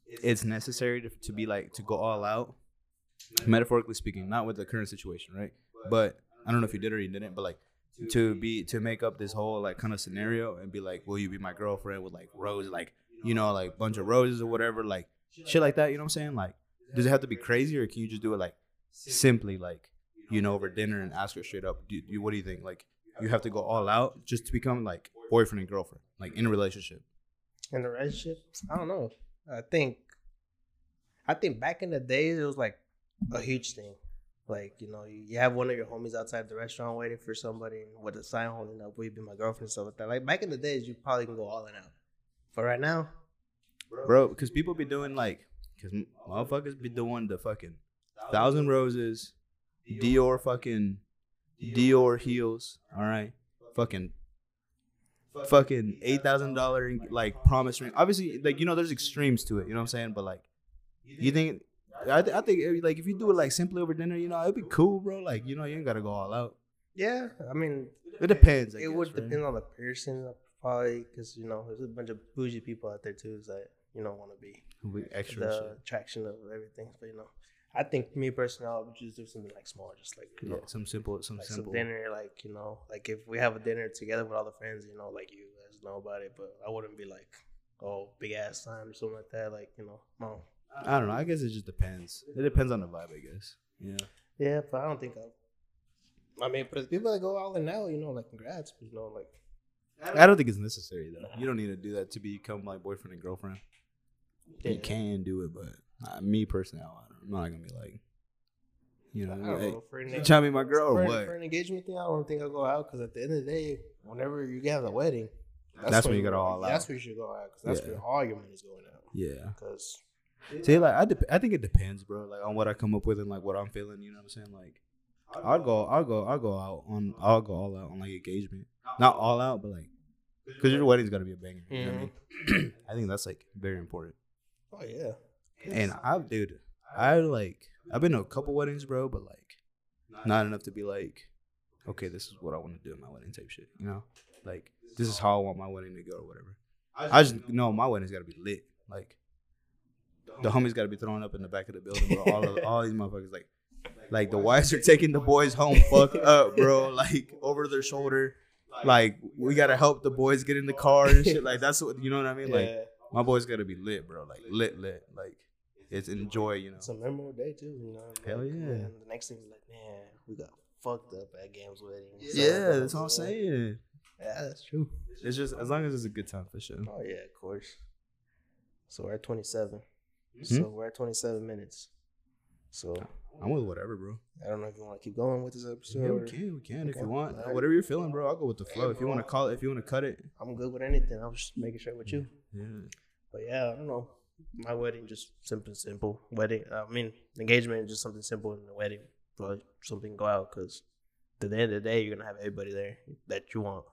[SPEAKER 2] it's necessary to, to be like to go all out, metaphorically speaking, not with the current situation, right? But I don't know if you did or you didn't, but like to be to make up this whole like kind of scenario and be like, will you be my girlfriend with like rose, like you know, like bunch of roses or whatever, like shit like that. You know what I'm saying? Like, does it have to be crazy or can you just do it like simply, like you know, over dinner and ask her straight up? Do you, what do you think? Like, you have to go all out just to become like boyfriend and girlfriend, like in a relationship.
[SPEAKER 1] in the relationship? I don't know. I think, I think back in the days it was like a huge thing. Like you know, you you have one of your homies outside the restaurant waiting for somebody with a sign holding up, "Will you be my girlfriend?" and stuff like that. Like back in the days, you probably can go all in out. But right now,
[SPEAKER 2] bro. Because people be doing like, because motherfuckers be doing the fucking thousand roses, Dior fucking Dior heels. All right, fucking fucking eight thousand dollar like promise ring. Obviously, like you know, there's extremes to it. You know what I'm saying? But like, you think. I, th- I think eh, like if you do it like simply over dinner, you know it'd be cool, bro. Like you know you ain't gotta go all out.
[SPEAKER 1] yeah, I mean,
[SPEAKER 2] It depends. I
[SPEAKER 1] it
[SPEAKER 2] guess,
[SPEAKER 1] would
[SPEAKER 2] right?
[SPEAKER 1] depend on the person uh, probably because you know there's a bunch of bougie people out there too that you don't want to be
[SPEAKER 2] We- extra
[SPEAKER 1] the
[SPEAKER 2] shit.
[SPEAKER 1] attraction of everything. But you know, I think me personally, I would just do something like small, just like you
[SPEAKER 2] Yeah,
[SPEAKER 1] know,
[SPEAKER 2] some simple, some
[SPEAKER 1] like
[SPEAKER 2] simple.
[SPEAKER 1] some dinner, like you know, like if we have a dinner together with all the friends, you know, like you guys know about it. But I wouldn't be like, oh, big ass sign or something like that. Like you know, no.
[SPEAKER 2] I don't know. I guess it just depends. It depends on the vibe, I guess. Yeah.
[SPEAKER 1] Yeah, but I don't think I. I mean, but it's people that go all in now, you know, like congrats, but you know, like
[SPEAKER 2] I don't think it's necessary though. You don't need to do that to become like boyfriend and girlfriend. You
[SPEAKER 1] yeah.
[SPEAKER 2] can do it, but uh, me personally, I don't- I'm not gonna be like, you know,
[SPEAKER 1] I don't
[SPEAKER 2] hey,
[SPEAKER 1] know, for an
[SPEAKER 2] you
[SPEAKER 1] en-
[SPEAKER 2] trying to be my girl
[SPEAKER 1] for,
[SPEAKER 2] or
[SPEAKER 1] an-
[SPEAKER 2] what?
[SPEAKER 1] for an engagement thing, I don't think I'll go out because at the end of the day, whenever you have the wedding,
[SPEAKER 2] That's when you gotta all out.
[SPEAKER 1] That's when you should go out because that's
[SPEAKER 2] Yeah.
[SPEAKER 1] where all your money's going out.
[SPEAKER 2] Yeah.
[SPEAKER 1] Because
[SPEAKER 2] See, like I, dep I think it depends, bro. Like on what I come up with and like what I'm feeling. You know what I'm saying? Like, I'll go, I'll go, I'll go out on, I'll go all out on like engagement. Not all out, but like, because your wedding's gotta be a banger. You know what I mean? I think that's like very important.
[SPEAKER 1] oh yeah,
[SPEAKER 2] And I've, dude, I like, I've been to a couple weddings, bro, but like, not enough to be like, okay, this is what I want to do at my wedding type shit, you know? Like, this is how I want my wedding to go or whatever. I just know my wedding's got to be lit. Like, the homies got to be thrown up in the back of the building, bro. All, of, all these motherfuckers, like, like the wives are taking the boys home, fuck up, bro. Like, over their shoulder. Like, we got to help the boys get in the car and shit. Like, that's what, you know what I mean? Like,
[SPEAKER 1] yeah.
[SPEAKER 2] my boy's gotta be lit, bro. Like lit, lit. Like it's enjoy, you know.
[SPEAKER 1] It's a memorable day too. You know,
[SPEAKER 2] Hell
[SPEAKER 1] like,
[SPEAKER 2] yeah.
[SPEAKER 1] man, the next thing is like, man, we got fucked up at Gam's wedding.
[SPEAKER 2] Yeah, that's all I'm saying.
[SPEAKER 1] Yeah, that's true.
[SPEAKER 2] It's just as long as it's a good time for sure.
[SPEAKER 1] Oh yeah, of course. So we're at twenty seven.
[SPEAKER 2] Hmm?
[SPEAKER 1] So we're at twenty seven minutes. So
[SPEAKER 2] I'm with whatever, bro.
[SPEAKER 1] I don't know if you want to keep going with this episode.
[SPEAKER 2] Yeah,
[SPEAKER 1] or-
[SPEAKER 2] we can, we can if
[SPEAKER 1] Okay.
[SPEAKER 2] you want.
[SPEAKER 1] Alright.
[SPEAKER 2] Whatever you're feeling, bro. I'll go with the flow. If you want to call it, if you want to cut it.
[SPEAKER 1] I'm good with anything. I was just making sure with you.
[SPEAKER 2] Yeah.
[SPEAKER 1] But yeah, I don't know. My wedding just simple, simple wedding. I mean, engagement is just something simple, and the wedding probably something go out because at the end of the day, you're gonna have everybody there that you want,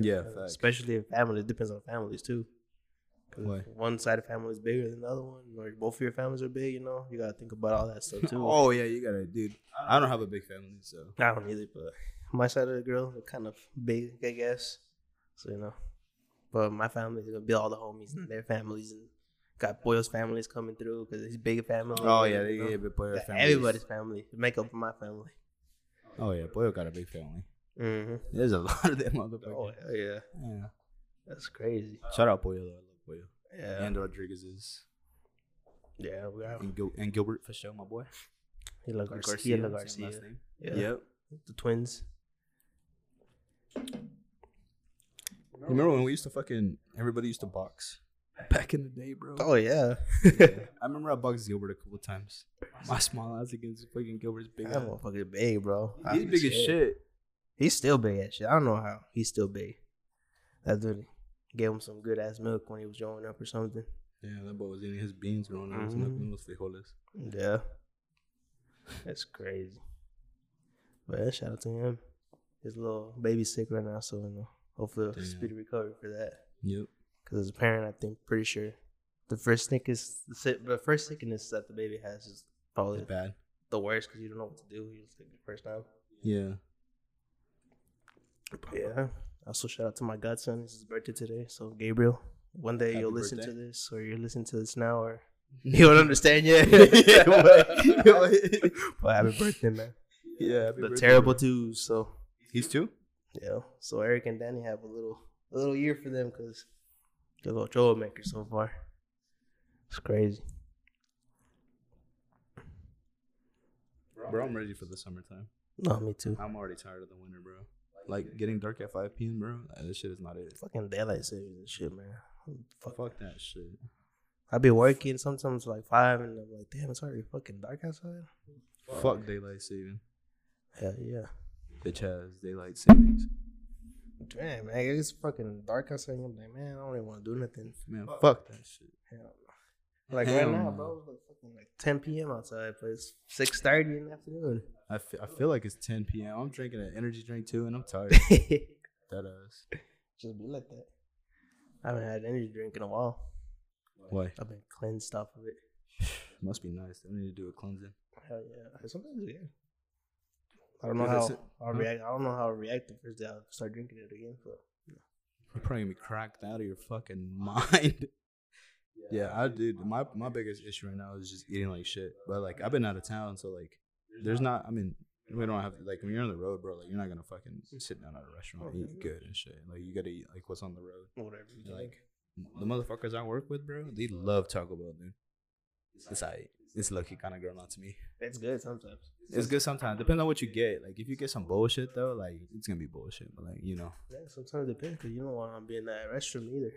[SPEAKER 2] Yeah. facts.
[SPEAKER 1] especially if family. It depends on families too. 'Cause
[SPEAKER 2] Why?
[SPEAKER 1] One side of family is bigger than the other one, or both of your families are big. You know, you gotta think about all that stuff too.
[SPEAKER 2] Oh yeah, you gotta, dude. I don't have a big family, so
[SPEAKER 1] I don't either, but my side of the girl are kind of big, I guess. So you know, but my family's gonna be all the homies and their families, and got Boyle's families coming through because he's big family.
[SPEAKER 2] oh yeah, they
[SPEAKER 1] you know?
[SPEAKER 2] get a big boy
[SPEAKER 1] Got
[SPEAKER 2] family.
[SPEAKER 1] everybody's family. Make up for my family.
[SPEAKER 2] Oh yeah, boy got a big family.
[SPEAKER 1] hmm
[SPEAKER 2] There's a lot of them motherfuckers.
[SPEAKER 1] Oh hell yeah,
[SPEAKER 2] yeah.
[SPEAKER 1] that's crazy.
[SPEAKER 2] Shout out Boyo though. I love Boyo.
[SPEAKER 1] Yeah,
[SPEAKER 2] And Rodriguez's
[SPEAKER 1] yeah, we are.
[SPEAKER 2] and, Gil- and Gilbert for sure, my boy.
[SPEAKER 1] He look Garcia, Garcia,
[SPEAKER 2] same
[SPEAKER 1] Garcia.
[SPEAKER 2] last name.
[SPEAKER 1] Yeah.
[SPEAKER 2] Yep.
[SPEAKER 1] the twins.
[SPEAKER 2] Remember when we used to fucking everybody used to box back in the day, bro?
[SPEAKER 1] Oh yeah,
[SPEAKER 2] I remember I boxed Gilbert a couple times. My small ass against fucking Gilbert's big
[SPEAKER 1] that
[SPEAKER 2] ass.
[SPEAKER 1] motherfucker big, bro.
[SPEAKER 2] He's
[SPEAKER 1] Ah,
[SPEAKER 2] big as shit.
[SPEAKER 1] He's still big as shit. I don't know how he's still big. That dude gave him some good ass milk when he was growing up or something.
[SPEAKER 2] Yeah, that boy was eating his beans growing up. He was
[SPEAKER 1] Mhm.
[SPEAKER 2] milking those frijoles.
[SPEAKER 1] Yeah. That's crazy. But yeah, shout out to him. His little baby's sick right now, so you know, hopefully a
[SPEAKER 2] Damn.
[SPEAKER 1] speedy recovery for that.
[SPEAKER 2] Yep.
[SPEAKER 1] Because as a parent, I think pretty sure the first sickness, the, sick, the first sickness that the baby has is
[SPEAKER 2] Was
[SPEAKER 1] probably
[SPEAKER 2] it bad?
[SPEAKER 1] the worst because you don't know what to do. You just think the first time.
[SPEAKER 2] Yeah.
[SPEAKER 1] But yeah. Also, shout out to my godson. It's his birthday today. So, Gabriel, one day
[SPEAKER 2] Happy
[SPEAKER 1] you'll listen
[SPEAKER 2] birthday.
[SPEAKER 1] to this or you're listening to this now or you won't understand yet. but, but happy birthday, man.
[SPEAKER 2] yeah.
[SPEAKER 1] The terrible twos. So,
[SPEAKER 2] He's two?
[SPEAKER 1] yeah. So, Eric and Danny have a little a little year for them because they're little troublemakers so far. It's crazy.
[SPEAKER 2] Bro, I'm ready for the summertime.
[SPEAKER 1] No, me too.
[SPEAKER 2] I'm already tired of the winter, bro. Like getting dark at 5 p.m., bro. Like, that shit is not it.
[SPEAKER 1] Fucking daylight savings and shit, man. Fuck.
[SPEAKER 2] Fuck that shit.
[SPEAKER 1] I be working sometimes like five, and I'm like, damn, it's already fucking dark outside.
[SPEAKER 2] Fuck daylight saving.
[SPEAKER 1] Hell yeah.
[SPEAKER 2] Bitch has daylight savings.
[SPEAKER 1] Damn, man, it's fucking dark outside. and I'm like, man, I don't even want to do nothing.
[SPEAKER 2] Man, fuck that shit.
[SPEAKER 1] Hell no. Like right
[SPEAKER 2] Hell
[SPEAKER 1] now,
[SPEAKER 2] no.
[SPEAKER 1] bro, it's like fucking like 10 p.m. outside, but it's 6:30 in the afternoon.
[SPEAKER 2] I fe- I feel like it's 10 p.m. I'm drinking an energy drink too, and I'm tired.
[SPEAKER 1] Just
[SPEAKER 2] that ass.
[SPEAKER 1] be like that. I haven't had an energy drink in a while.
[SPEAKER 2] Why?
[SPEAKER 1] I've been cleansed off of it.
[SPEAKER 2] Must be nice. I need to do a cleansing.
[SPEAKER 1] Hell yeah. Sometimes yeah. I don't know
[SPEAKER 2] Dude, that's
[SPEAKER 1] how
[SPEAKER 2] it.
[SPEAKER 1] I'll
[SPEAKER 2] Huh?
[SPEAKER 1] react. I don't know how I'll react the first day I start drinking it again. But
[SPEAKER 2] You're probably gonna be cracked out of your fucking mind. yeah, I did. My my biggest issue right now is just eating like shit. But like I've been out of town, so like there's not. I mean, we don't have like when you're on the road, bro. Like you're not gonna fucking sit down at a restaurant and eat good and shit. Like you gotta eat like what's on the road.
[SPEAKER 1] whatever.
[SPEAKER 2] And, Like the motherfuckers I work with, bro, they love Taco Bell, dude. It's I. It's lucky kind of grown on to me.
[SPEAKER 1] it's good sometimes.
[SPEAKER 2] It's good sometimes. Depends on what you get. Like if you get some bullshit though, like it's gonna be bullshit. But like you know,
[SPEAKER 1] Yeah, sometimes it depends because you don't want to be in that restroom either.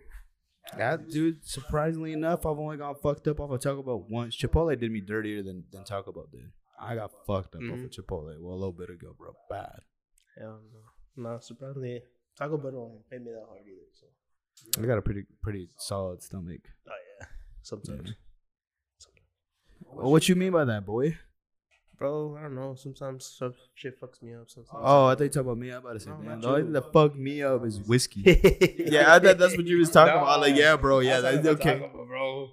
[SPEAKER 2] That dude, surprisingly enough, I've only got fucked up off of Taco Bell once. Chipotle did me dirtier than, than Taco Bell did. I got fucked up off
[SPEAKER 1] Mhm.
[SPEAKER 2] of Chipotle well a little bit ago, bro. Bad.
[SPEAKER 1] Hell no. No, Um, surprisingly, Taco Bell don't pay me that hard either. So.
[SPEAKER 2] I got a pretty pretty solid stomach.
[SPEAKER 1] Oh yeah, sometimes.
[SPEAKER 2] Mm. Well, what you mean by that, boy?
[SPEAKER 1] Bro, I don't know. Sometimes some shit fucks me up. Sometimes.
[SPEAKER 2] Oh, I thought you talking about me. I about to say,
[SPEAKER 1] No,
[SPEAKER 2] man,
[SPEAKER 1] not
[SPEAKER 2] the only
[SPEAKER 1] you.
[SPEAKER 2] thing that fucked me up is whiskey. yeah, I thought that's what you was talking about. Like, yeah, bro, yeah, that's okay.
[SPEAKER 1] bro.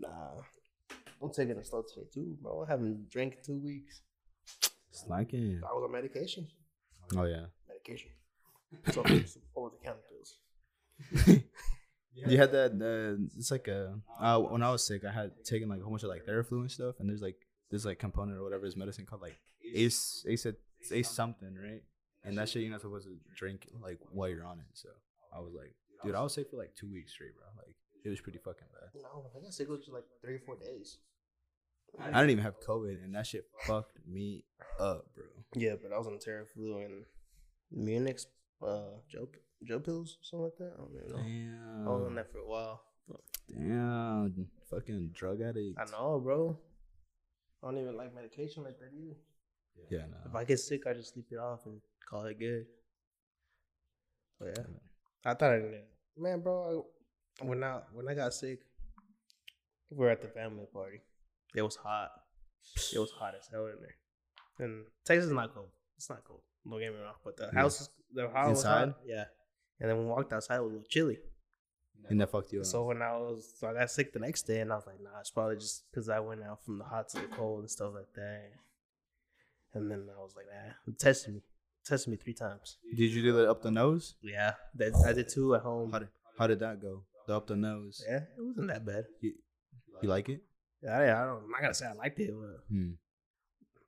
[SPEAKER 1] Nah, I'm taking a slow today too, bro. I haven't drank in two weeks.
[SPEAKER 2] Slacking.
[SPEAKER 1] I was on medication.
[SPEAKER 2] Oh yeah.
[SPEAKER 1] Medication. So some over the counter pills.
[SPEAKER 2] You had that. Uh, it's like a. Uh, when I was sick, I had taken like a whole bunch of like Theraflu and stuff, and there's like this like component or whatever is medicine called like Ace Ace Ace something, right? And that shit you're not supposed to drink like while you're on it. So I was like, dude, I was sick for like two weeks straight, bro. Like it was pretty fucking bad.
[SPEAKER 1] No, I got sick with like three or four days.
[SPEAKER 2] I didn't even have COVID, and that shit fucked me up, bro.
[SPEAKER 1] Yeah, but I was on Terraflu and Munich, uh, Joe Joe pills, something like that. I don't even know. I was on
[SPEAKER 2] Damn,
[SPEAKER 1] that for a while.
[SPEAKER 2] damn, fucking drug addict.
[SPEAKER 1] I know, bro. I don't even like medication like that either.
[SPEAKER 2] Yeah,
[SPEAKER 1] If
[SPEAKER 2] no.
[SPEAKER 1] I get sick, I just sleep it off and call it good. But yeah, I thought I did. Man, bro, I, when I when I got sick, we were at the family party. It was hot. It was hot as hell in there. And Texas is not cold. It's not cold. Don't get me wrong. But the
[SPEAKER 2] Yeah.
[SPEAKER 1] house, is- the house was
[SPEAKER 2] Inside?
[SPEAKER 1] hot. Yeah. And then when we walked outside, it was a little chilly.
[SPEAKER 2] And that fucked you up.
[SPEAKER 1] So when I was, so I got sick the next day, and I was like, nah, it's probably just because I went out from the hot to the cold and stuff like that. And then I was like, nah, it tested me, It tested me three times.
[SPEAKER 2] Did you do it up the nose?
[SPEAKER 1] Yeah, that I did two at home.
[SPEAKER 2] How did how did that go? The up the nose.
[SPEAKER 1] Yeah, it wasn't that bad.
[SPEAKER 2] You like it?
[SPEAKER 1] Yeah, I, I don't. I'm not gonna say I liked it. But
[SPEAKER 2] Hmm.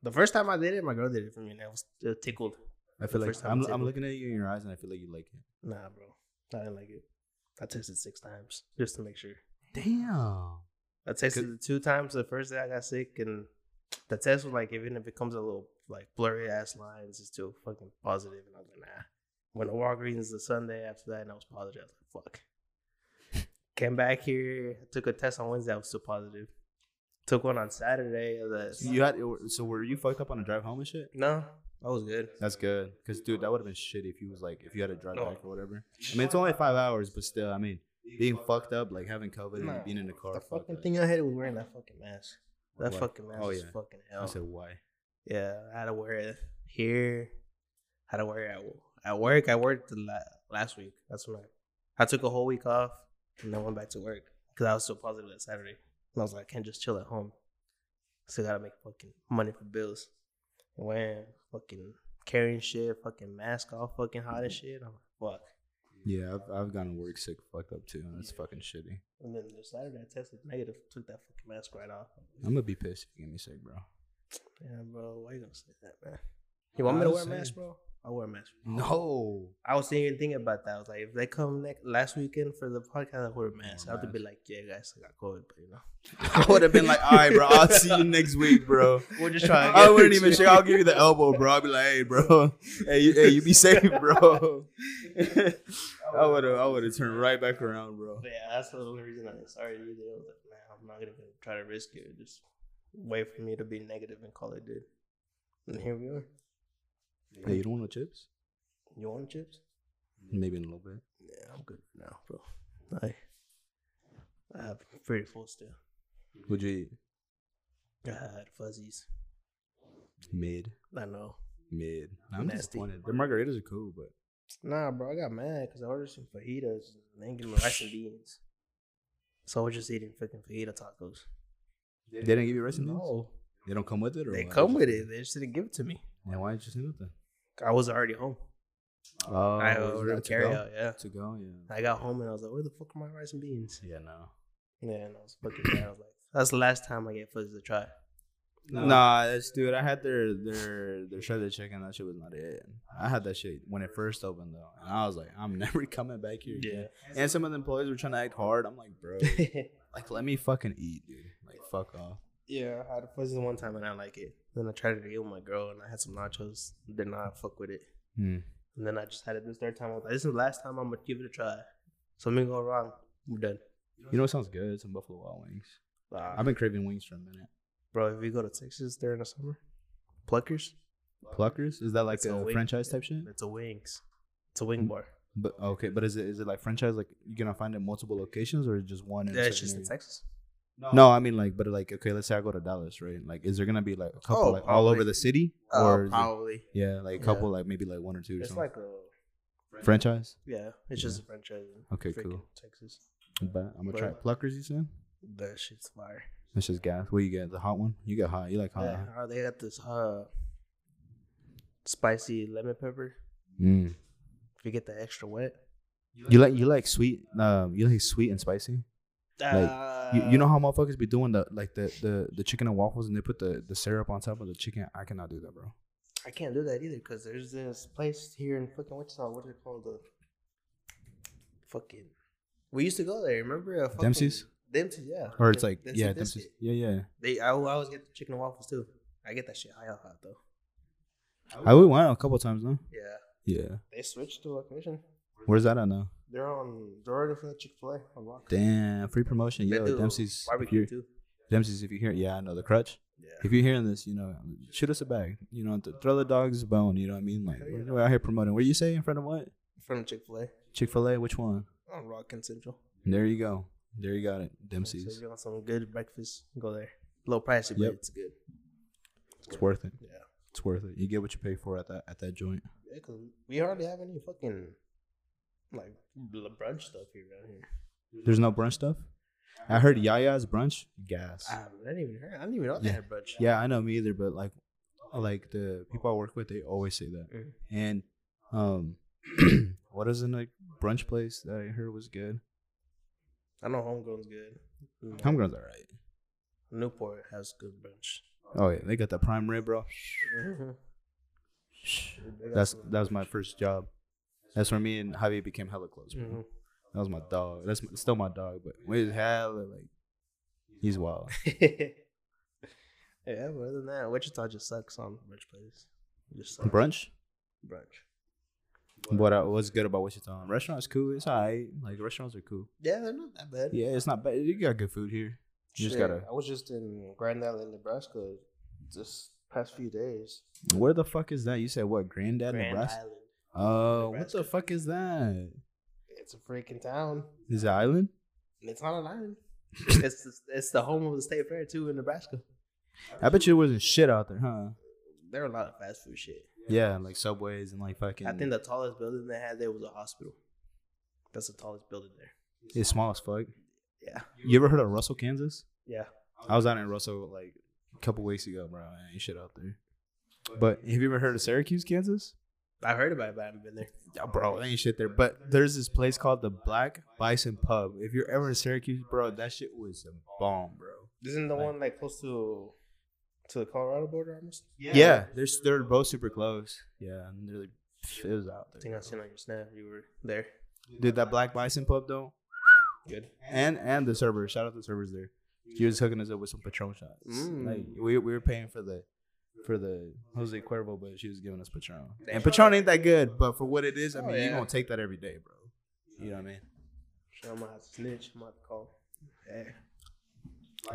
[SPEAKER 1] the first time I did it, my girl did it for me, and I was uh, tickled.
[SPEAKER 2] I feel
[SPEAKER 1] The
[SPEAKER 2] like
[SPEAKER 1] first time
[SPEAKER 2] I'm,
[SPEAKER 1] it's
[SPEAKER 2] I'm
[SPEAKER 1] able-
[SPEAKER 2] looking at you in your eyes and I feel like you like it.
[SPEAKER 1] Nah, bro, I didn't like it. I tested six times just to make sure.
[SPEAKER 2] Damn.
[SPEAKER 1] I tested it two times the first day I got sick, and the test was like, even if it comes a little like blurry ass lines, it's still fucking positive. And I was like, nah. Went to Walgreens the Sunday after that, and I was positive. I was like, fuck. Came back here, took a test on Wednesday, I was still positive. Took one on Saturday. The,
[SPEAKER 2] So you had so were you fucked up on a drive home and shit?
[SPEAKER 1] no, I was good.
[SPEAKER 2] That's good, cause dude, that would have been shitty if you was like if you had to drive
[SPEAKER 1] No.
[SPEAKER 2] back or whatever. I mean, it's only five hours, but still, I mean, being fucked up, like having COVID and
[SPEAKER 1] Nah,
[SPEAKER 2] being in the car.
[SPEAKER 1] The
[SPEAKER 2] fuck
[SPEAKER 1] fucking
[SPEAKER 2] that.
[SPEAKER 1] thing I had was wearing that fucking mask. That
[SPEAKER 2] What?
[SPEAKER 1] fucking mask
[SPEAKER 2] Oh,
[SPEAKER 1] was
[SPEAKER 2] yeah.
[SPEAKER 1] fucking hell.
[SPEAKER 2] I said why?
[SPEAKER 1] Yeah, I had to wear it here. I had to wear it at, wo- at work. I worked the la- last week. That's when I, I took a whole week off and then went back to work because I was so positive that Saturday. And I was like, I can't just chill at home. Still gotta make fucking money for bills. And wearing fucking carrying shit, fucking mask all fucking hot
[SPEAKER 2] Mm-hmm.
[SPEAKER 1] and shit. I'm like, fuck.
[SPEAKER 2] Yeah, I've I've gotten work sick, fucked up too, and it's fucking shitty.
[SPEAKER 1] And then the Saturday I tested negative, took that fucking mask right off.
[SPEAKER 2] I'm gonna be pissed if you get me sick, bro.
[SPEAKER 1] Yeah, bro, why you gonna say that, man? You want me to
[SPEAKER 2] I'm
[SPEAKER 1] wear a
[SPEAKER 2] saying.
[SPEAKER 1] mask, bro? I wear a mask.
[SPEAKER 2] No.
[SPEAKER 1] I was even thinking about that. I was like, if they come next last weekend for the podcast, I wear a mask. I have to
[SPEAKER 2] mask.
[SPEAKER 1] be like, yeah, guys, I got COVID, but you know,
[SPEAKER 2] I would have been like, all right, bro, I'll see you next week, bro.
[SPEAKER 1] we're just trying.
[SPEAKER 2] I wouldn't even shake. I'll give you the elbow, bro. I'll be like, hey, bro, hey, you, hey, you be safe, bro. I would have, I would have turned right back around, bro.
[SPEAKER 1] But yeah, that's the only reason I started either. I was like, man, I'm not gonna go try to risk it. Just wait for me to be negative and call it good. And here we are.
[SPEAKER 2] Hey, you don't want no chips?
[SPEAKER 1] You want chips?
[SPEAKER 2] Maybe in a little bit.
[SPEAKER 1] Yeah, I'm good now, bro. I I have pretty full still.
[SPEAKER 2] Would you eat?
[SPEAKER 1] I had fuzzies.
[SPEAKER 2] Mid,
[SPEAKER 1] I know.
[SPEAKER 2] mid. I'm
[SPEAKER 1] Nasty.
[SPEAKER 2] disappointed. The margaritas are cool, but
[SPEAKER 1] Nah, bro, I got mad because I ordered some fajitas and they didn't give me rice and beans. So I was just eating freaking fajita tacos.
[SPEAKER 2] they didn't give you rice and beans.
[SPEAKER 1] No,
[SPEAKER 2] They don't come with it, or
[SPEAKER 1] they
[SPEAKER 2] what?
[SPEAKER 1] come with it. They just didn't give it to me.
[SPEAKER 2] Then why did you send it then?
[SPEAKER 1] I was already home.
[SPEAKER 2] Oh,
[SPEAKER 1] I
[SPEAKER 2] was
[SPEAKER 1] ordered
[SPEAKER 2] that to go?
[SPEAKER 1] carryout, yeah.
[SPEAKER 2] To go, yeah.
[SPEAKER 1] I got home and I was like, where the fuck are my rice and beans?
[SPEAKER 2] Yeah, no.
[SPEAKER 1] Yeah, and I was fucking mad. I was like, that's the last time I get fuzzies to try.
[SPEAKER 2] No. Nah, that's dude. I had their their their shredded chicken. That shit was not it. I had that shit when it first opened though, and I was like, I'm never coming back here. Again. And some of the employees were trying to act hard. I'm like, bro, like let me fucking eat, dude. Like fuck off.
[SPEAKER 1] yeah, I had fuzzies one time and I like it. Then I tried it again with my girl and I had some nachos. Did not fuck with it.
[SPEAKER 2] Hmm.
[SPEAKER 1] And then I just had it this third time. I was like, this is the last time I'm gonna give it a try. Something go wrong, we're done.
[SPEAKER 2] You know what sounds good? Some Buffalo Wild Wings.
[SPEAKER 1] Nah.
[SPEAKER 2] I've been craving wings for a minute.
[SPEAKER 1] bro, if you go to Texas during the summer, Pluckers,
[SPEAKER 2] Pluckers is that like
[SPEAKER 1] It's a
[SPEAKER 2] a
[SPEAKER 1] wing.
[SPEAKER 2] franchise type shit?
[SPEAKER 1] it's a wings, it's a wing bar.
[SPEAKER 2] But okay, but is it is it like franchise? Like you gonna find it in multiple locations or just one? in a
[SPEAKER 1] Yeah, it's
[SPEAKER 2] Mm. certain
[SPEAKER 1] just in
[SPEAKER 2] area?
[SPEAKER 1] Texas.
[SPEAKER 2] No, I mean like, but like, okay, let's say I go to Dallas, right? Like, is there gonna be like a couple
[SPEAKER 1] Oh,
[SPEAKER 2] like all over
[SPEAKER 1] probably.
[SPEAKER 2] the city,
[SPEAKER 1] Oh,
[SPEAKER 2] is it-
[SPEAKER 1] probably.
[SPEAKER 2] yeah, like a
[SPEAKER 1] Yeah.
[SPEAKER 2] couple, like maybe like one or two or
[SPEAKER 1] It's
[SPEAKER 2] something?
[SPEAKER 1] like a
[SPEAKER 2] franchise.
[SPEAKER 1] yeah, it's just a franchise. in
[SPEAKER 2] Okay,
[SPEAKER 1] freaking
[SPEAKER 2] cool.
[SPEAKER 1] Texas.
[SPEAKER 2] But I'm gonna
[SPEAKER 1] But-
[SPEAKER 2] try Pluckers. You said
[SPEAKER 1] That shit's fire.
[SPEAKER 2] that's just gas. What you got? The hot one? You got hot? You like hot?
[SPEAKER 1] Yeah,
[SPEAKER 2] huh?
[SPEAKER 1] oh, they got this uh spicy lemon pepper.
[SPEAKER 2] Mm.
[SPEAKER 1] If you get the extra wet,
[SPEAKER 2] You like you like sweet? Um, you like sweet and spicy?
[SPEAKER 1] uh,
[SPEAKER 2] you, you know how motherfuckers be doing the like the the the chicken and waffles and they put the the syrup on top of the chicken. I cannot do that, bro.
[SPEAKER 1] I can't do that either because there's this place here in fucking Wichita. What is it called? The fucking. We used to go there. Remember? Uh, fucking-
[SPEAKER 2] Dempsey's?
[SPEAKER 1] Dempsey's, yeah.
[SPEAKER 2] Or it's like
[SPEAKER 1] Dempsey
[SPEAKER 2] yeah,
[SPEAKER 1] biscuit.
[SPEAKER 2] Dempsey's- yeah, yeah.
[SPEAKER 1] They, I, will always get the chicken and waffles too. I get that shit high hot though.
[SPEAKER 2] I we went out a couple times now.
[SPEAKER 1] Yeah,
[SPEAKER 2] Yeah,
[SPEAKER 1] they switched to location.
[SPEAKER 2] where's that at now?
[SPEAKER 1] They're on. They're already for Chick Fil A on Rock.
[SPEAKER 2] Damn, free promotion,
[SPEAKER 1] They
[SPEAKER 2] yo.
[SPEAKER 1] do
[SPEAKER 2] Dempsey's, if
[SPEAKER 1] barbecue
[SPEAKER 2] you're,
[SPEAKER 1] too.
[SPEAKER 2] Dempsey's. If you hear, yeah, I know the crutch.
[SPEAKER 1] Yeah.
[SPEAKER 2] If you're hearing this, you know, shoot us a bag. You know, th- throw the dogs a bone. You know what I mean? Like we're, we're out here promoting. What do you say in front of what?
[SPEAKER 1] From Chick Fil A
[SPEAKER 2] Chick Fil A. Which one?
[SPEAKER 1] on Rock and Central.
[SPEAKER 2] There you go. There you got it.
[SPEAKER 1] So if
[SPEAKER 2] Dempsey's.
[SPEAKER 1] you want some good breakfast, go there. Low pricey, but
[SPEAKER 2] Yep.
[SPEAKER 1] it's good.
[SPEAKER 2] It's worth it.
[SPEAKER 1] Yeah.
[SPEAKER 2] It's worth it. You get what you pay for at that at that joint.
[SPEAKER 1] Yeah, 'cause we hardly have any fucking like bl- brunch stuff here around here.
[SPEAKER 2] There's no brunch stuff. I heard Yaya's brunch. Gas.
[SPEAKER 1] I haven't even heard. I didn't even know they
[SPEAKER 2] Yeah.
[SPEAKER 1] had brunch.
[SPEAKER 2] Yeah, I know me either, but like, like the people I work with, they always say that.
[SPEAKER 1] Mm.
[SPEAKER 2] And um, what is in like brunch place that I heard was good?
[SPEAKER 1] I know homegrown's good. Mm.
[SPEAKER 2] Homegrown's all right.
[SPEAKER 1] Newport has good brunch.
[SPEAKER 2] Oh yeah, they got the prime rib, bro. Mm-hmm.
[SPEAKER 1] They got
[SPEAKER 2] That's
[SPEAKER 1] some-
[SPEAKER 2] that was my first job. That's where me and Javi became hella close. Bro.
[SPEAKER 1] Mhm.
[SPEAKER 2] That was my dog. That's my, still my dog, but we was hella like, he's wild.
[SPEAKER 1] yeah, but other than that, Wichita just sucks on brunch places. It Just sucks.
[SPEAKER 2] Brunch.
[SPEAKER 1] brunch.
[SPEAKER 2] What I, what's good about Wichita? Restaurants cool. It's alright. Like restaurants are cool.
[SPEAKER 1] Yeah, they're not that bad.
[SPEAKER 2] Yeah, it's not bad. You got good food here. You just
[SPEAKER 1] Shit,
[SPEAKER 2] gotta.
[SPEAKER 1] I was just in Grand Island, Nebraska, this past few days.
[SPEAKER 2] Where the fuck is that? You said what? Granddad,
[SPEAKER 1] Grand
[SPEAKER 2] Nebraska.
[SPEAKER 1] Island.
[SPEAKER 2] Oh, what
[SPEAKER 1] Nebraska.
[SPEAKER 2] the fuck is that?
[SPEAKER 1] It's a freaking town.
[SPEAKER 2] Is it island?
[SPEAKER 1] And It's not an island. it's the, it's the home of the state fair too in Nebraska.
[SPEAKER 2] I bet you there wasn't shit out there, huh?
[SPEAKER 1] There are a lot of fast food shit.
[SPEAKER 2] Yeah, like subways and like fucking.
[SPEAKER 1] I think the tallest building they had there was a hospital. That's the tallest building there.
[SPEAKER 2] it's small as fuck.
[SPEAKER 1] Yeah,
[SPEAKER 2] You ever heard of Russell, Kansas?
[SPEAKER 1] yeah.
[SPEAKER 2] I was out in Russell like a couple weeks ago, bro. I ain't shit out there. But have you ever heard of Syracuse, Kansas?
[SPEAKER 1] I heard about it, but I haven't been there.
[SPEAKER 2] Yeah, bro, there ain't shit there. But there's this place called the Black Bison Pub. If you're ever in Syracuse, bro, that shit was a bomb, bro.
[SPEAKER 1] Isn't the
[SPEAKER 2] Like-
[SPEAKER 1] one like close to to the Colorado border almost?
[SPEAKER 2] Yeah, they're they're both super close. Yeah, and they're like It was out
[SPEAKER 1] I
[SPEAKER 2] there.
[SPEAKER 1] think I seen on your snap you were there.
[SPEAKER 2] Dude, that Black Bison pub though,
[SPEAKER 1] Good.
[SPEAKER 2] and and the server. Shout out to the servers there. He was hooking us up with some Patron shots.
[SPEAKER 1] Mm.
[SPEAKER 2] Like we, we were paying for the for the Jose Cuervo, but she was giving us Patron.
[SPEAKER 1] Damn.
[SPEAKER 2] And Patron ain't that good, but for what it is, I
[SPEAKER 1] Oh,
[SPEAKER 2] mean, you
[SPEAKER 1] yeah.
[SPEAKER 2] gonna take that every day, bro. You know what I mean?
[SPEAKER 1] So I'm gonna have to snitch. I'm gonna have to call.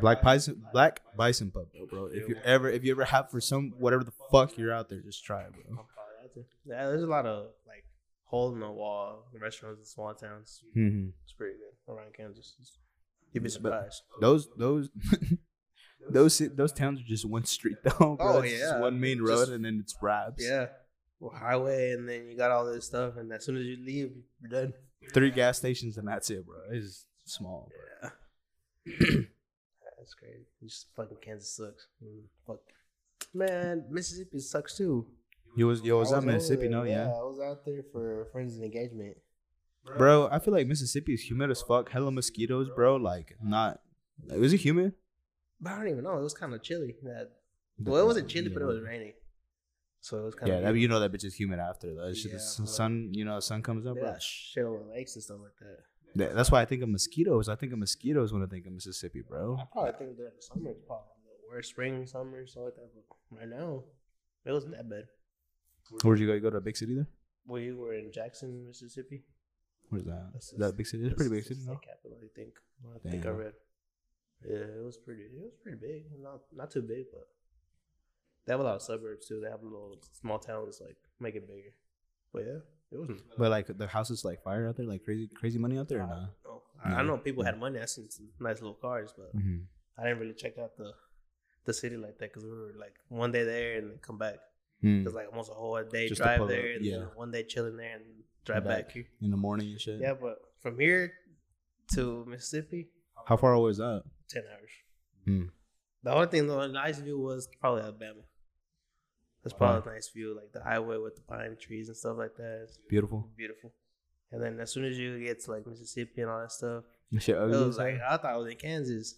[SPEAKER 2] Black Bison, Black Bison Pub, though, bro. If you ever, if you ever have for some whatever the fuck you're out there, just try it,
[SPEAKER 1] I'm
[SPEAKER 2] bro.
[SPEAKER 1] probably out there. Yeah, there's a lot of like hole in the wall restaurants in small towns.
[SPEAKER 2] Mm-hmm.
[SPEAKER 1] It's pretty good around Kansas. You'd be
[SPEAKER 2] Yeah, but-
[SPEAKER 1] surprised.
[SPEAKER 2] Those, those, those, ci- those towns are just one street though, bro.
[SPEAKER 1] Oh,
[SPEAKER 2] it's just
[SPEAKER 1] yeah.
[SPEAKER 2] one main road,
[SPEAKER 1] Just-
[SPEAKER 2] and then it's wraps.
[SPEAKER 1] yeah. Well, highway, and then you got all this stuff, and as soon as you leave, you're done.
[SPEAKER 2] three gas stations, and that's it, bro. It's small. Bro.
[SPEAKER 1] Yeah. That's crazy. Just fucking Kansas sucks. Mm, fuck. Man, Mississippi sucks too.
[SPEAKER 2] You was yo, was
[SPEAKER 1] I
[SPEAKER 2] Oh, that
[SPEAKER 1] over
[SPEAKER 2] Mississippi?
[SPEAKER 1] there,
[SPEAKER 2] No, yeah.
[SPEAKER 1] I was out there for friends and engagement.
[SPEAKER 2] bro. I feel like Mississippi is humid as fuck. Hella mosquitoes, bro. Like not. Like, was it humid?
[SPEAKER 1] But I don't even know. It was kind of chilly. That well, it wasn't chilly, but it was raining. So it was kind
[SPEAKER 2] Yeah,
[SPEAKER 1] of
[SPEAKER 2] that, you know that bitch is humid after though. It's just
[SPEAKER 1] Yeah,
[SPEAKER 2] the
[SPEAKER 1] bro.
[SPEAKER 2] s- sun, you know, sun comes up.
[SPEAKER 1] They
[SPEAKER 2] Bro.
[SPEAKER 1] got shit on lakes and stuff like that.
[SPEAKER 2] That- That's why I think of mosquitoes. I think of mosquitoes when I think of Mississippi, bro.
[SPEAKER 1] I probably think that summer is probably the worst spring, summer, so like that. But right now, it wasn't that bad.
[SPEAKER 2] Where'd you go? You go to a big city there?
[SPEAKER 1] We were in Jackson, Mississippi.
[SPEAKER 2] Where's that?
[SPEAKER 1] That's
[SPEAKER 2] Is that a big city? It's a pretty big
[SPEAKER 1] It's the
[SPEAKER 2] city, no?
[SPEAKER 1] state capital, I think. I think I
[SPEAKER 2] Damn.
[SPEAKER 1] read. Yeah, it was pretty. It was pretty big. Not not too big, but they have a lot of suburbs too. They have little small towns like make it bigger. But yeah, it wasn't.
[SPEAKER 2] But like the houses like fire out there, like crazy, crazy money out Hmm. there, or nah?
[SPEAKER 1] No, I, I know people had money. I seen some nice little cars, but
[SPEAKER 2] Mm-hmm.
[SPEAKER 1] I didn't really check out the the city like that because we were like one day there and then come back.
[SPEAKER 2] Hmm.
[SPEAKER 1] It's like almost a whole day
[SPEAKER 2] Just to
[SPEAKER 1] drive
[SPEAKER 2] pull
[SPEAKER 1] there,
[SPEAKER 2] up,
[SPEAKER 1] and
[SPEAKER 2] yeah.
[SPEAKER 1] then one day chilling there and drive
[SPEAKER 2] Back.
[SPEAKER 1] back. here.
[SPEAKER 2] In the morning and shit.
[SPEAKER 1] Yeah, but from here to Mississippi,
[SPEAKER 2] How far away is that?
[SPEAKER 1] ten hours.
[SPEAKER 2] Hmm.
[SPEAKER 1] The only thing though, a nice view was probably Alabama. That's
[SPEAKER 2] Uh-huh.
[SPEAKER 1] probably a nice view, like the highway with the pine trees and stuff like that. It's
[SPEAKER 2] Beautiful.
[SPEAKER 1] beautiful. And then as soon as you get to like Mississippi and all that stuff,
[SPEAKER 2] That Shit
[SPEAKER 1] it
[SPEAKER 2] ugly.
[SPEAKER 1] was
[SPEAKER 2] as hell.
[SPEAKER 1] like I thought I was in Kansas.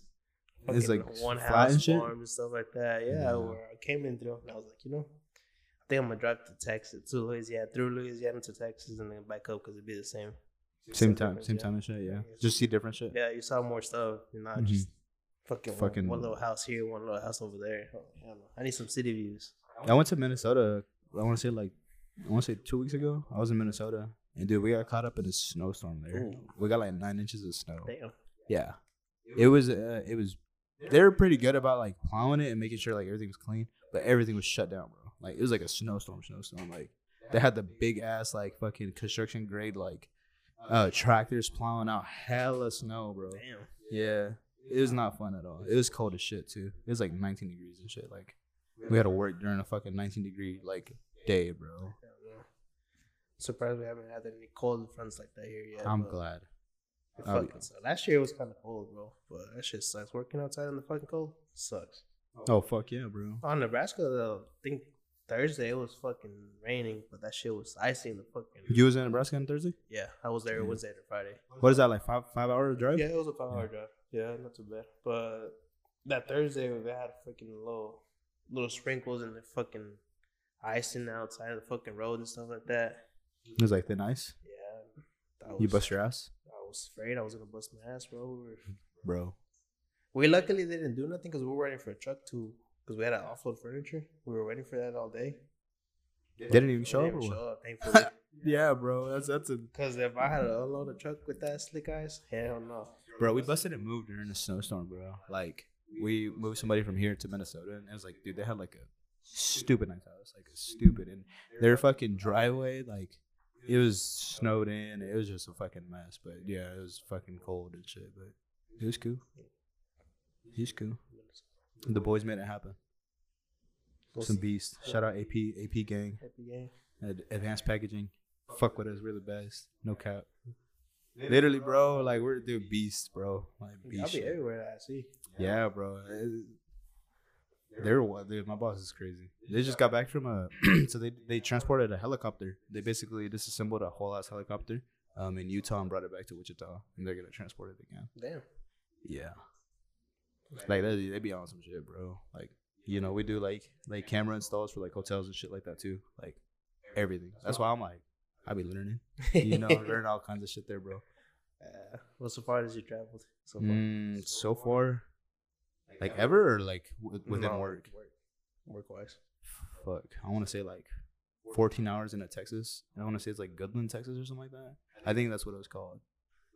[SPEAKER 2] Oh, It's,
[SPEAKER 1] Fucking
[SPEAKER 2] like,
[SPEAKER 1] one
[SPEAKER 2] flat
[SPEAKER 1] house
[SPEAKER 2] and shit?
[SPEAKER 1] farm and stuff like that. Yeah,
[SPEAKER 2] Yeah.
[SPEAKER 1] where I came in through, and I was like, you know, I think I'm gonna drive to Texas, to Louisiana, through Louisiana to Texas, and then back up because it'd be the same.
[SPEAKER 2] Same
[SPEAKER 1] Something
[SPEAKER 2] time,
[SPEAKER 1] like
[SPEAKER 2] same
[SPEAKER 1] that.
[SPEAKER 2] time and shit. Yeah,
[SPEAKER 1] Yeah.
[SPEAKER 2] just see different shit.
[SPEAKER 1] Yeah, you saw more stuff. You're not
[SPEAKER 2] Mhm.
[SPEAKER 1] just fucking, one-
[SPEAKER 2] Fucking-
[SPEAKER 1] one little house here, one little house over there. Oh, hell no. I need some city views.
[SPEAKER 2] I went to Minnesota. I want to say like, I want to say two weeks ago. I was in Minnesota, and dude, we got caught up in a snowstorm there.
[SPEAKER 1] Ooh.
[SPEAKER 2] We got like nine inches of snow.
[SPEAKER 1] Damn.
[SPEAKER 2] Yeah, it was. Uh, it was. They were pretty good about like plowing it and making sure like everything was clean, but everything was shut down, bro. Like it was like a snowstorm, snowstorm. Like they had the big ass like fucking construction grade like uh tractors plowing out hella snow, bro.
[SPEAKER 1] Damn.
[SPEAKER 2] Yeah. It was not fun at all. It was cold as shit too. It was like 19 degrees and shit. Like we had to work during a fucking 19 degree like day, bro.
[SPEAKER 1] Hell no. Surprised we haven't had any cold fronts like that here yet.
[SPEAKER 2] I'm
[SPEAKER 1] but
[SPEAKER 2] glad. Oh,
[SPEAKER 1] it
[SPEAKER 2] I'll
[SPEAKER 1] Fucking sucks. Last year it was kind of cold, bro. But that shit sucks. Working outside in the fucking cold sucks.
[SPEAKER 2] Oh fuck yeah, bro.
[SPEAKER 1] On Nebraska though, I think Thursday it was fucking raining, but that shit was icy in the fucking.
[SPEAKER 2] You was in Nebraska on Thursday?
[SPEAKER 1] Yeah, I was there
[SPEAKER 2] Yeah.
[SPEAKER 1] Wednesday to Friday.
[SPEAKER 2] What is that like five five hour drive?
[SPEAKER 1] Yeah, it was a five hour drive. Yeah, not too bad. But that Thursday we had fucking little little sprinkles and the fucking icing outside of the fucking road and stuff like that.
[SPEAKER 2] It was like thin ice.
[SPEAKER 1] Yeah. that
[SPEAKER 2] You
[SPEAKER 1] was-
[SPEAKER 2] bust your ass,
[SPEAKER 1] I was afraid I was gonna bust my ass, bro. We, were,
[SPEAKER 2] bro.
[SPEAKER 1] we luckily didn't do nothing because we were waiting for a truck to because we had to offload furniture. We were waiting for that all day.
[SPEAKER 2] They didn't even show
[SPEAKER 1] They
[SPEAKER 2] up. Or
[SPEAKER 1] didn't
[SPEAKER 2] what?
[SPEAKER 1] show up, thankfully.
[SPEAKER 2] Yeah, bro. That's that's a
[SPEAKER 1] Because if I had to unload a truck with that slick ice, hell no.
[SPEAKER 2] bro. We busted and moved during a snowstorm, bro. Like we moved somebody from here to Minnesota, and it was like, dude, they had like a stupid nice house, like a stupid, and their fucking driveway, like it was snowed in. It was just a fucking mess. But yeah, it was fucking cold and shit. But it was cool. It was cool. The boys made it happen.
[SPEAKER 1] We'll
[SPEAKER 2] Some
[SPEAKER 1] see.
[SPEAKER 2] beasts. Shout out AP AP gang
[SPEAKER 1] Happy game.
[SPEAKER 2] Ad- advanced packaging. Fuck with us, we're the best. No cap. Literally, bro. Like we're the beasts, bro. Like
[SPEAKER 1] I'll
[SPEAKER 2] beast.
[SPEAKER 1] be
[SPEAKER 2] shit.
[SPEAKER 1] everywhere that I see.
[SPEAKER 2] Yeah, bro. It- They're what, dude. My boss is crazy. They just got back from a, so they they transported a helicopter. They basically disassembled a whole ass helicopter, um, in Utah and brought it back to Wichita, and they're gonna transport it again.
[SPEAKER 1] Damn.
[SPEAKER 2] Yeah. Like they they be on some shit, bro. Like you know we do like like camera installs for like hotels and shit like that too. Like everything. That's why I'm like, I be learning. You know, learn all kinds of shit there, bro.
[SPEAKER 1] Uh, well, so far as you traveled so far?
[SPEAKER 2] Mm, so far, like ever or like w- within
[SPEAKER 1] No,
[SPEAKER 2] work?
[SPEAKER 1] Work wise.
[SPEAKER 2] Fuck, I want to say like 14 hours into Texas. I want to say it's like Goodland, Texas, or something like that. I think that's what it was called.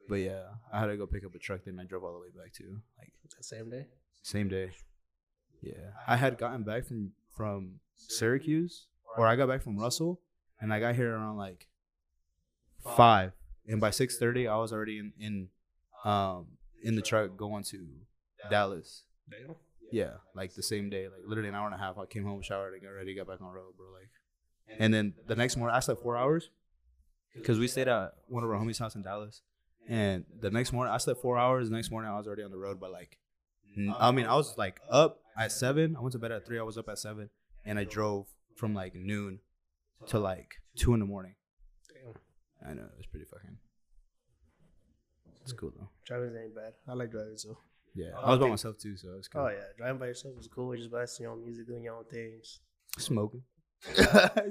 [SPEAKER 2] But yeah, I had to go pick up a truck, then I drove all the way back to like
[SPEAKER 1] That same day?
[SPEAKER 2] same day. Yeah, I had gotten back from from Syracuse, or I got back from Russell, and I got here around like five, and by six thirty, I was already in in um in the truck going to Dallas.
[SPEAKER 1] Damn.
[SPEAKER 2] Yeah, like the same day, like literally an hour and a half. I came home, showered, and got ready, got back on the road, bro. Like, and then the next morning, I slept four hours because we stayed at one of our homies' house in Dallas. And the next morning, I slept four hours. The next morning, I was already on the road by like, n- I mean, I was like up at seven. I went to bed at three. I was up at seven, and I drove from like noon to like two in the morning.
[SPEAKER 1] Damn.
[SPEAKER 2] I know it was pretty fucking. It's cool though.
[SPEAKER 1] Driving's ain't bad. I like driving, so.
[SPEAKER 2] Yeah, I was by myself too, so it's cool.
[SPEAKER 1] Oh, yeah. Driving by yourself is cool. You're just blasting your own music, doing your own things.
[SPEAKER 2] smoking.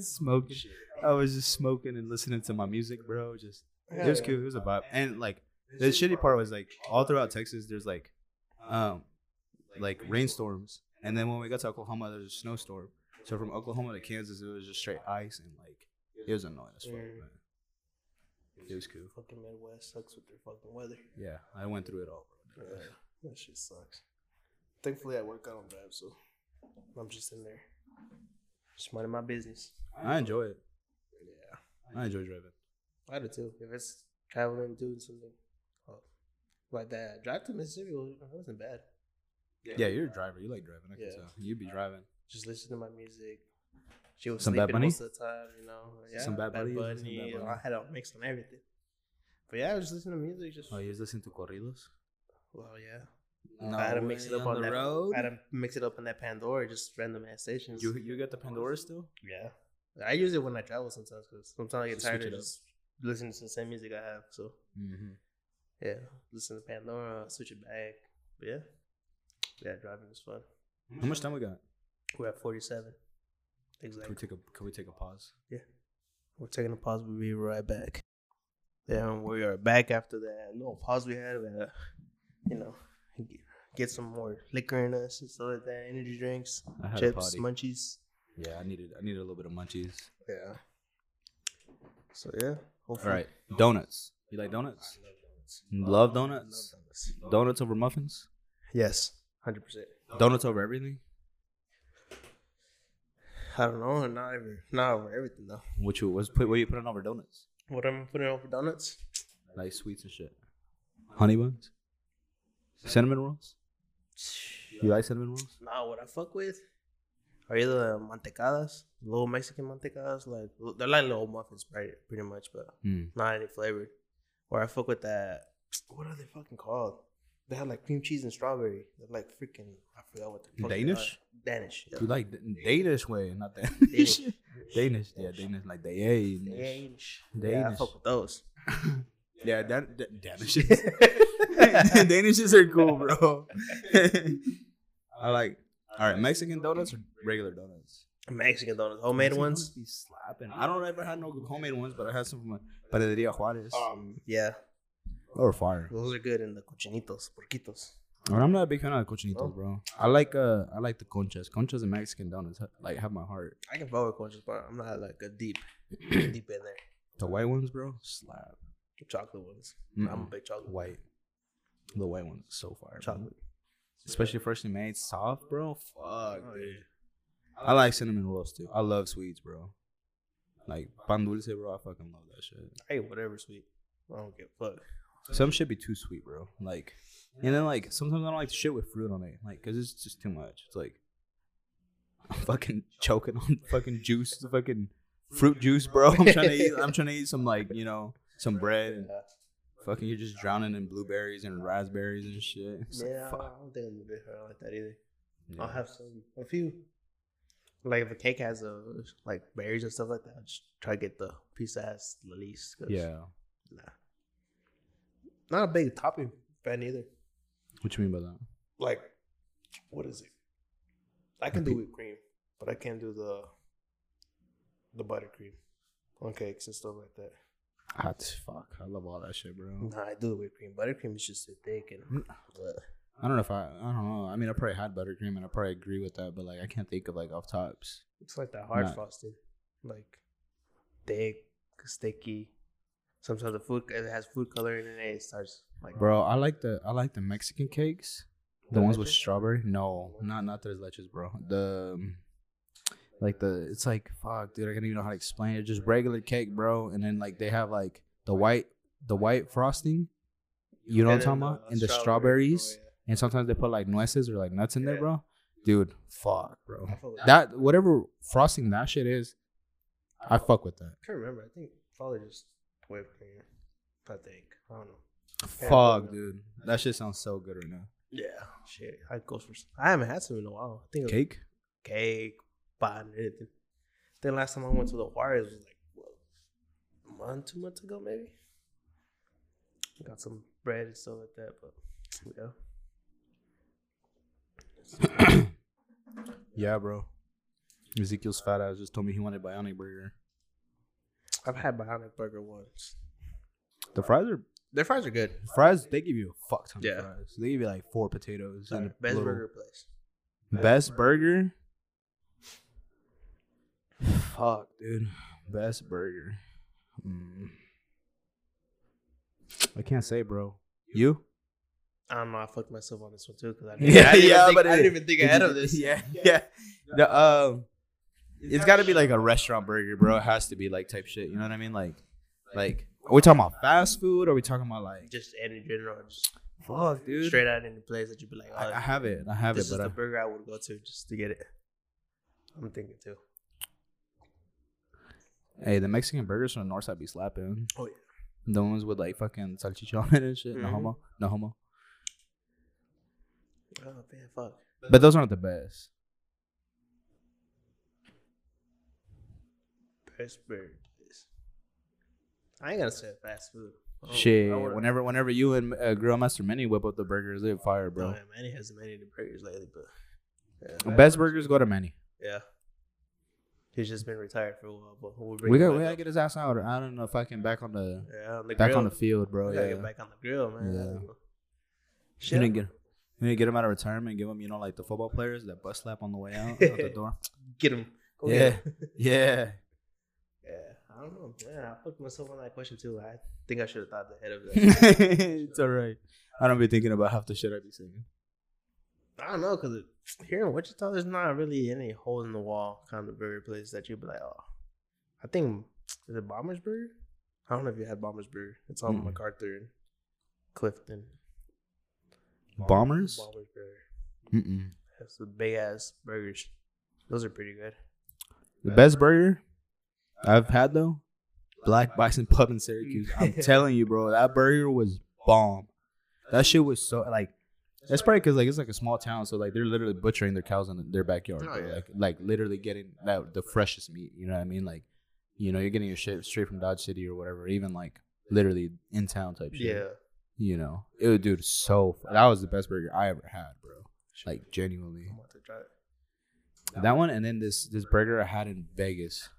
[SPEAKER 2] smoking. I was just smoking and listening to my music, bro. Just it was cool. It was a vibe. And like the shitty part was like all throughout Texas, there's like, um, like rainstorms. And then when we got to Oklahoma, there's a snowstorm. So from Oklahoma to Kansas, it was just straight ice and like it was annoying as fuck.
[SPEAKER 1] Mm.
[SPEAKER 2] But it was cool.
[SPEAKER 1] Fucking Midwest sucks with their fucking weather.
[SPEAKER 2] Yeah, I went through it all.
[SPEAKER 1] Yeah, that shit sucks. Thankfully, at work I don't drive, so I'm just in there, just minding my business.
[SPEAKER 2] I enjoy it.
[SPEAKER 1] Yeah,
[SPEAKER 2] I enjoy driving.
[SPEAKER 1] I do too. If it's traveling, doing something uh, like that, drive to Mississippi was- it wasn't bad.
[SPEAKER 2] Yeah, you're a driver. You like driving. I can
[SPEAKER 1] Yeah.
[SPEAKER 2] tell. You'd be driving.
[SPEAKER 1] Just listen to my music. She was
[SPEAKER 2] Some Bad
[SPEAKER 1] sleeping
[SPEAKER 2] Bunny?
[SPEAKER 1] most of the time, you know. Yeah,
[SPEAKER 2] Some Bad Bunny, you listen to
[SPEAKER 1] Bunny,
[SPEAKER 2] Bad
[SPEAKER 1] you know,
[SPEAKER 2] Bunny?
[SPEAKER 1] I had a mix on everything. But yeah, I was listening to music. Just
[SPEAKER 2] Oh, you was listening to corridos?
[SPEAKER 1] well, yeah. I had to Uh, mix it
[SPEAKER 2] way,
[SPEAKER 1] up on, that. I had to mix it up on that Pandora, just random ass stations.
[SPEAKER 2] You you got the Pandora still?
[SPEAKER 1] Yeah, I use it when I travel sometimes because sometimes I get
[SPEAKER 2] Just switch
[SPEAKER 1] tired of
[SPEAKER 2] it up.
[SPEAKER 1] just listening to the same music I have. So
[SPEAKER 2] Mm-hmm.
[SPEAKER 1] yeah, listen to Pandora, switch it back. But yeah, yeah, driving is fun. Mm-hmm.
[SPEAKER 2] How much time we got?
[SPEAKER 1] We're at forty-seven.
[SPEAKER 2] Can we
[SPEAKER 1] Exactly.
[SPEAKER 2] take a Can we take a pause?
[SPEAKER 1] We're taking a pause. We'll be right back. Then we are back after that little pause we had. We had to, you know, get, get some more liquor in us and stuff like that. Energy drinks,
[SPEAKER 2] I had a
[SPEAKER 1] chips,
[SPEAKER 2] potty.
[SPEAKER 1] munchies.
[SPEAKER 2] yeah, I needed I needed a little bit of munchies.
[SPEAKER 1] Yeah. So yeah,
[SPEAKER 2] All
[SPEAKER 1] hopefully.
[SPEAKER 2] right, donuts. You like donuts? Love donuts. Donuts over muffins.
[SPEAKER 1] Yes, hundred percent.
[SPEAKER 2] Donuts over everything.
[SPEAKER 1] I don't know, not over, not over everything though.
[SPEAKER 2] What you was put? What you putting over donuts?
[SPEAKER 1] What am I putting over donuts?
[SPEAKER 2] Like sweets and shit. Honey buns. Cinnamon rolls. You like cinnamon rolls?
[SPEAKER 1] Nah, what I fuck with are either mantecadas, little Mexican mantecadas, like they're like little muffins, right? Pretty much, but
[SPEAKER 2] Mm.
[SPEAKER 1] not any flavored. Or I fuck with that. What are they fucking called? They have like cream cheese and strawberry. They're like freaking. I forgot what they're
[SPEAKER 2] Danish?
[SPEAKER 1] Danish. Yeah.
[SPEAKER 2] You like Dan- Danish way, not that
[SPEAKER 1] Danish.
[SPEAKER 2] Danish, yeah, Danish like Danish.
[SPEAKER 1] Danish. Yeah, I
[SPEAKER 2] Danish.
[SPEAKER 1] fuck with those.
[SPEAKER 2] Yeah, Dan- Dan- Danishes. Danishes are cool, bro. I like. All right, Mexican donuts or regular donuts?
[SPEAKER 1] Mexican donuts, homemade
[SPEAKER 2] Mexican
[SPEAKER 1] ones.
[SPEAKER 2] be slapping. I don't ever had no homemade ones, but I had some from Panaderia Juarez.
[SPEAKER 1] Um, yeah,
[SPEAKER 2] or fire.
[SPEAKER 1] those are good in the cochinitos, porquitos.
[SPEAKER 2] But I'm not a big fan of the
[SPEAKER 1] Oh.
[SPEAKER 2] cochinitos, bro. I like uh, I like the conchas. Conchas and Mexican donuts ha- like have my heart.
[SPEAKER 1] I can follow conscious, but I'm not like a deep, deep in there.
[SPEAKER 2] The white ones, bro, slap.
[SPEAKER 1] The chocolate ones. I'm a
[SPEAKER 2] Mm-mm.
[SPEAKER 1] big chocolate
[SPEAKER 2] White. The white ones so far.
[SPEAKER 1] Chocolate.
[SPEAKER 2] Especially first you made soft, bro. Fuck,
[SPEAKER 1] Oh,
[SPEAKER 2] dude.
[SPEAKER 1] yeah.
[SPEAKER 2] I like cinnamon rolls too. I love sweets, bro. Like pan dulce, bro. I fucking love that shit.
[SPEAKER 1] Hey, whatever, sweet. I don't give a fuck.
[SPEAKER 2] Some shit be too sweet, bro. Like, and then like sometimes I don't like the shit with fruit on it, like, cause it's just too much. It's like I'm fucking choking on fucking juice, the fucking fruit juice, bro. I'm trying to eat. I'm trying to eat some like you know some bread and fucking you're just drowning in blueberries and raspberries and shit. It's like,
[SPEAKER 1] Yeah, I
[SPEAKER 2] fuck.
[SPEAKER 1] don't think I'm a big fan like that either.
[SPEAKER 2] Yeah.
[SPEAKER 1] I'll have some, a few. Like if a cake has a like berries and stuff like that, I'll just try to get the piece that has the least. 'cause,
[SPEAKER 2] Yeah.
[SPEAKER 1] Nah. Not a big topping fan either.
[SPEAKER 2] What you mean by that?
[SPEAKER 1] Like, what is it? I can do whipped cream, but I can't do the the buttercream. on cakes and stuff like that.
[SPEAKER 2] Hot as fuck. I love all that shit, bro.
[SPEAKER 1] Nah, I do the whipped cream. Buttercream is just too thick and.
[SPEAKER 2] Mm.
[SPEAKER 1] But,
[SPEAKER 2] I don't know if I. I don't know. I mean, I probably had buttercream, and I probably agree with that. But like, I can't think of like off tops.
[SPEAKER 1] It's like that hard
[SPEAKER 2] Nah.
[SPEAKER 1] frosting, like thick, sticky. Sometimes the food it has food coloring in it. It starts like
[SPEAKER 2] Bro, I like the I like the Mexican cakes. The ones with
[SPEAKER 1] Leches?
[SPEAKER 2] strawberry? No, not not tres leches, bro. The um, like the it's like fuck, dude. I don't even know how to explain it. Just regular cake, bro. And then like they have like the white the white frosting. You know what I'm
[SPEAKER 1] And
[SPEAKER 2] talking
[SPEAKER 1] then,
[SPEAKER 2] about?
[SPEAKER 1] uh,
[SPEAKER 2] And the
[SPEAKER 1] strawberry.
[SPEAKER 2] strawberries. And sometimes they put like nueces or like nuts in there,
[SPEAKER 1] Yeah.
[SPEAKER 2] bro. Dude, fuck,
[SPEAKER 1] Oh,
[SPEAKER 2] bro.
[SPEAKER 1] yeah. I feel like-
[SPEAKER 2] That whatever frosting that shit is, I fuck with that.
[SPEAKER 1] I can't remember. I think probably just whipped cream. I think I don't know.
[SPEAKER 2] Fuck, dude. That shit sounds so good right now.
[SPEAKER 1] Yeah, shit. I go for. some- I haven't had some in a while. I think it was
[SPEAKER 2] Cake?
[SPEAKER 1] cake, bun, anything. Then last time I went to the Juarez was like what, a month, two months ago maybe. Got some bread and stuff like that, but yeah.
[SPEAKER 2] Yeah, bro. Ezekiel's fat ass just told me he wanted bionic burger.
[SPEAKER 1] I've had bionic burger once.
[SPEAKER 2] The fries are
[SPEAKER 1] Their fries are good.
[SPEAKER 2] fries. They give you a fuck ton
[SPEAKER 1] Yeah.
[SPEAKER 2] of fries. They give you like four potatoes. and a
[SPEAKER 1] Alright, best
[SPEAKER 2] little-
[SPEAKER 1] burger place.
[SPEAKER 2] Best burger. fuck, dude. Best burger. Mm. I can't say, bro. You?
[SPEAKER 1] I don't know. I fucked myself on this one too because I didn't,
[SPEAKER 2] Yeah,
[SPEAKER 1] I didn't
[SPEAKER 2] yeah,
[SPEAKER 1] even think,
[SPEAKER 2] but
[SPEAKER 1] I
[SPEAKER 2] it-
[SPEAKER 1] didn't even think
[SPEAKER 2] Did
[SPEAKER 1] ahead
[SPEAKER 2] you-
[SPEAKER 1] of this.
[SPEAKER 2] Yeah, yeah. The, um, it's got to be like a restaurant burger, bro. It has to be like type shit. You know what I mean? Like, like are we talking about fast food? Or are we talking about like
[SPEAKER 1] Just in general, just
[SPEAKER 2] fuck, dude?
[SPEAKER 1] straight out in the place that you'd be like, oh,
[SPEAKER 2] I, I have it. I have
[SPEAKER 1] this
[SPEAKER 2] it,
[SPEAKER 1] is
[SPEAKER 2] but
[SPEAKER 1] the
[SPEAKER 2] I,
[SPEAKER 1] burger I would go to just to get it. I'm thinking too.
[SPEAKER 2] hey, the Mexican burgers from the north side be slapping.
[SPEAKER 1] Oh, yeah.
[SPEAKER 2] The ones with like fucking salchicha on it and shit. No
[SPEAKER 1] Mhm.
[SPEAKER 2] homo. No homo.
[SPEAKER 1] Oh man, fuck.
[SPEAKER 2] But those aren't the best.
[SPEAKER 1] Best burger place. I ain't gonna say fast food. Oh,
[SPEAKER 2] shit.
[SPEAKER 1] I would've-
[SPEAKER 2] Whenever, whenever you and uh, Grill Master Manny whip up the burgers, they fire,
[SPEAKER 1] Oh,
[SPEAKER 2] bro.
[SPEAKER 1] yeah, Manny hasn't made any burgers lately, but
[SPEAKER 2] The
[SPEAKER 1] yeah,
[SPEAKER 2] Best burgers go to Manny.
[SPEAKER 1] yeah. He's just been retired for a while, but we'll bring
[SPEAKER 2] We
[SPEAKER 1] him
[SPEAKER 2] got, we
[SPEAKER 1] back
[SPEAKER 2] gotta
[SPEAKER 1] up.
[SPEAKER 2] get his ass out. I don't know if I can back on the
[SPEAKER 1] yeah, on the
[SPEAKER 2] back
[SPEAKER 1] grill.
[SPEAKER 2] on the field, bro.
[SPEAKER 1] We gotta
[SPEAKER 2] Yeah.
[SPEAKER 1] get back on the grill, man.
[SPEAKER 2] Yeah.
[SPEAKER 1] Shit.
[SPEAKER 2] You didn't get. You need to get him out of retirement. Give him, you know, like the football players that bus slap on the way out, out the door.
[SPEAKER 1] get him. Go get
[SPEAKER 2] yeah,
[SPEAKER 1] him.
[SPEAKER 2] Oh, yeah.
[SPEAKER 1] yeah. I don't know, man. I put myself on that question too. I think I should have thought ahead of that.
[SPEAKER 2] it's all right. I don't be thinking about half the shit I be saying.
[SPEAKER 1] I don't know, cause here in Wichita, there's not really any hole in the wall kind of burger place that you'd be like, oh, I think is it Bombers Burger? I don't know if you had Bombers Burger. It's on
[SPEAKER 2] Mm-mm.
[SPEAKER 1] MacArthur and Clifton.
[SPEAKER 2] Bombers?
[SPEAKER 1] Bombers Burger.
[SPEAKER 2] Mm-mm.
[SPEAKER 1] That's the big ass burgers. Those are pretty good.
[SPEAKER 2] The best burger I've had though, Black Bison Pub in Syracuse. I'm telling you, bro, that burger was bomb. That shit was so like. That's probably because like it's like a small town, so like they're literally butchering their cows in their backyard,
[SPEAKER 1] Oh,
[SPEAKER 2] bro.
[SPEAKER 1] yeah.
[SPEAKER 2] like like literally getting that the freshest meat. You know what I mean? Like, you know, you're getting your shit straight from Dodge City or whatever, even like literally in town type shit.
[SPEAKER 1] Yeah.
[SPEAKER 2] You know, it was dude so that was the best burger I ever had, bro. Like genuinely,
[SPEAKER 1] I'm about to try it.
[SPEAKER 2] that one, and then this this burger I had in Vegas.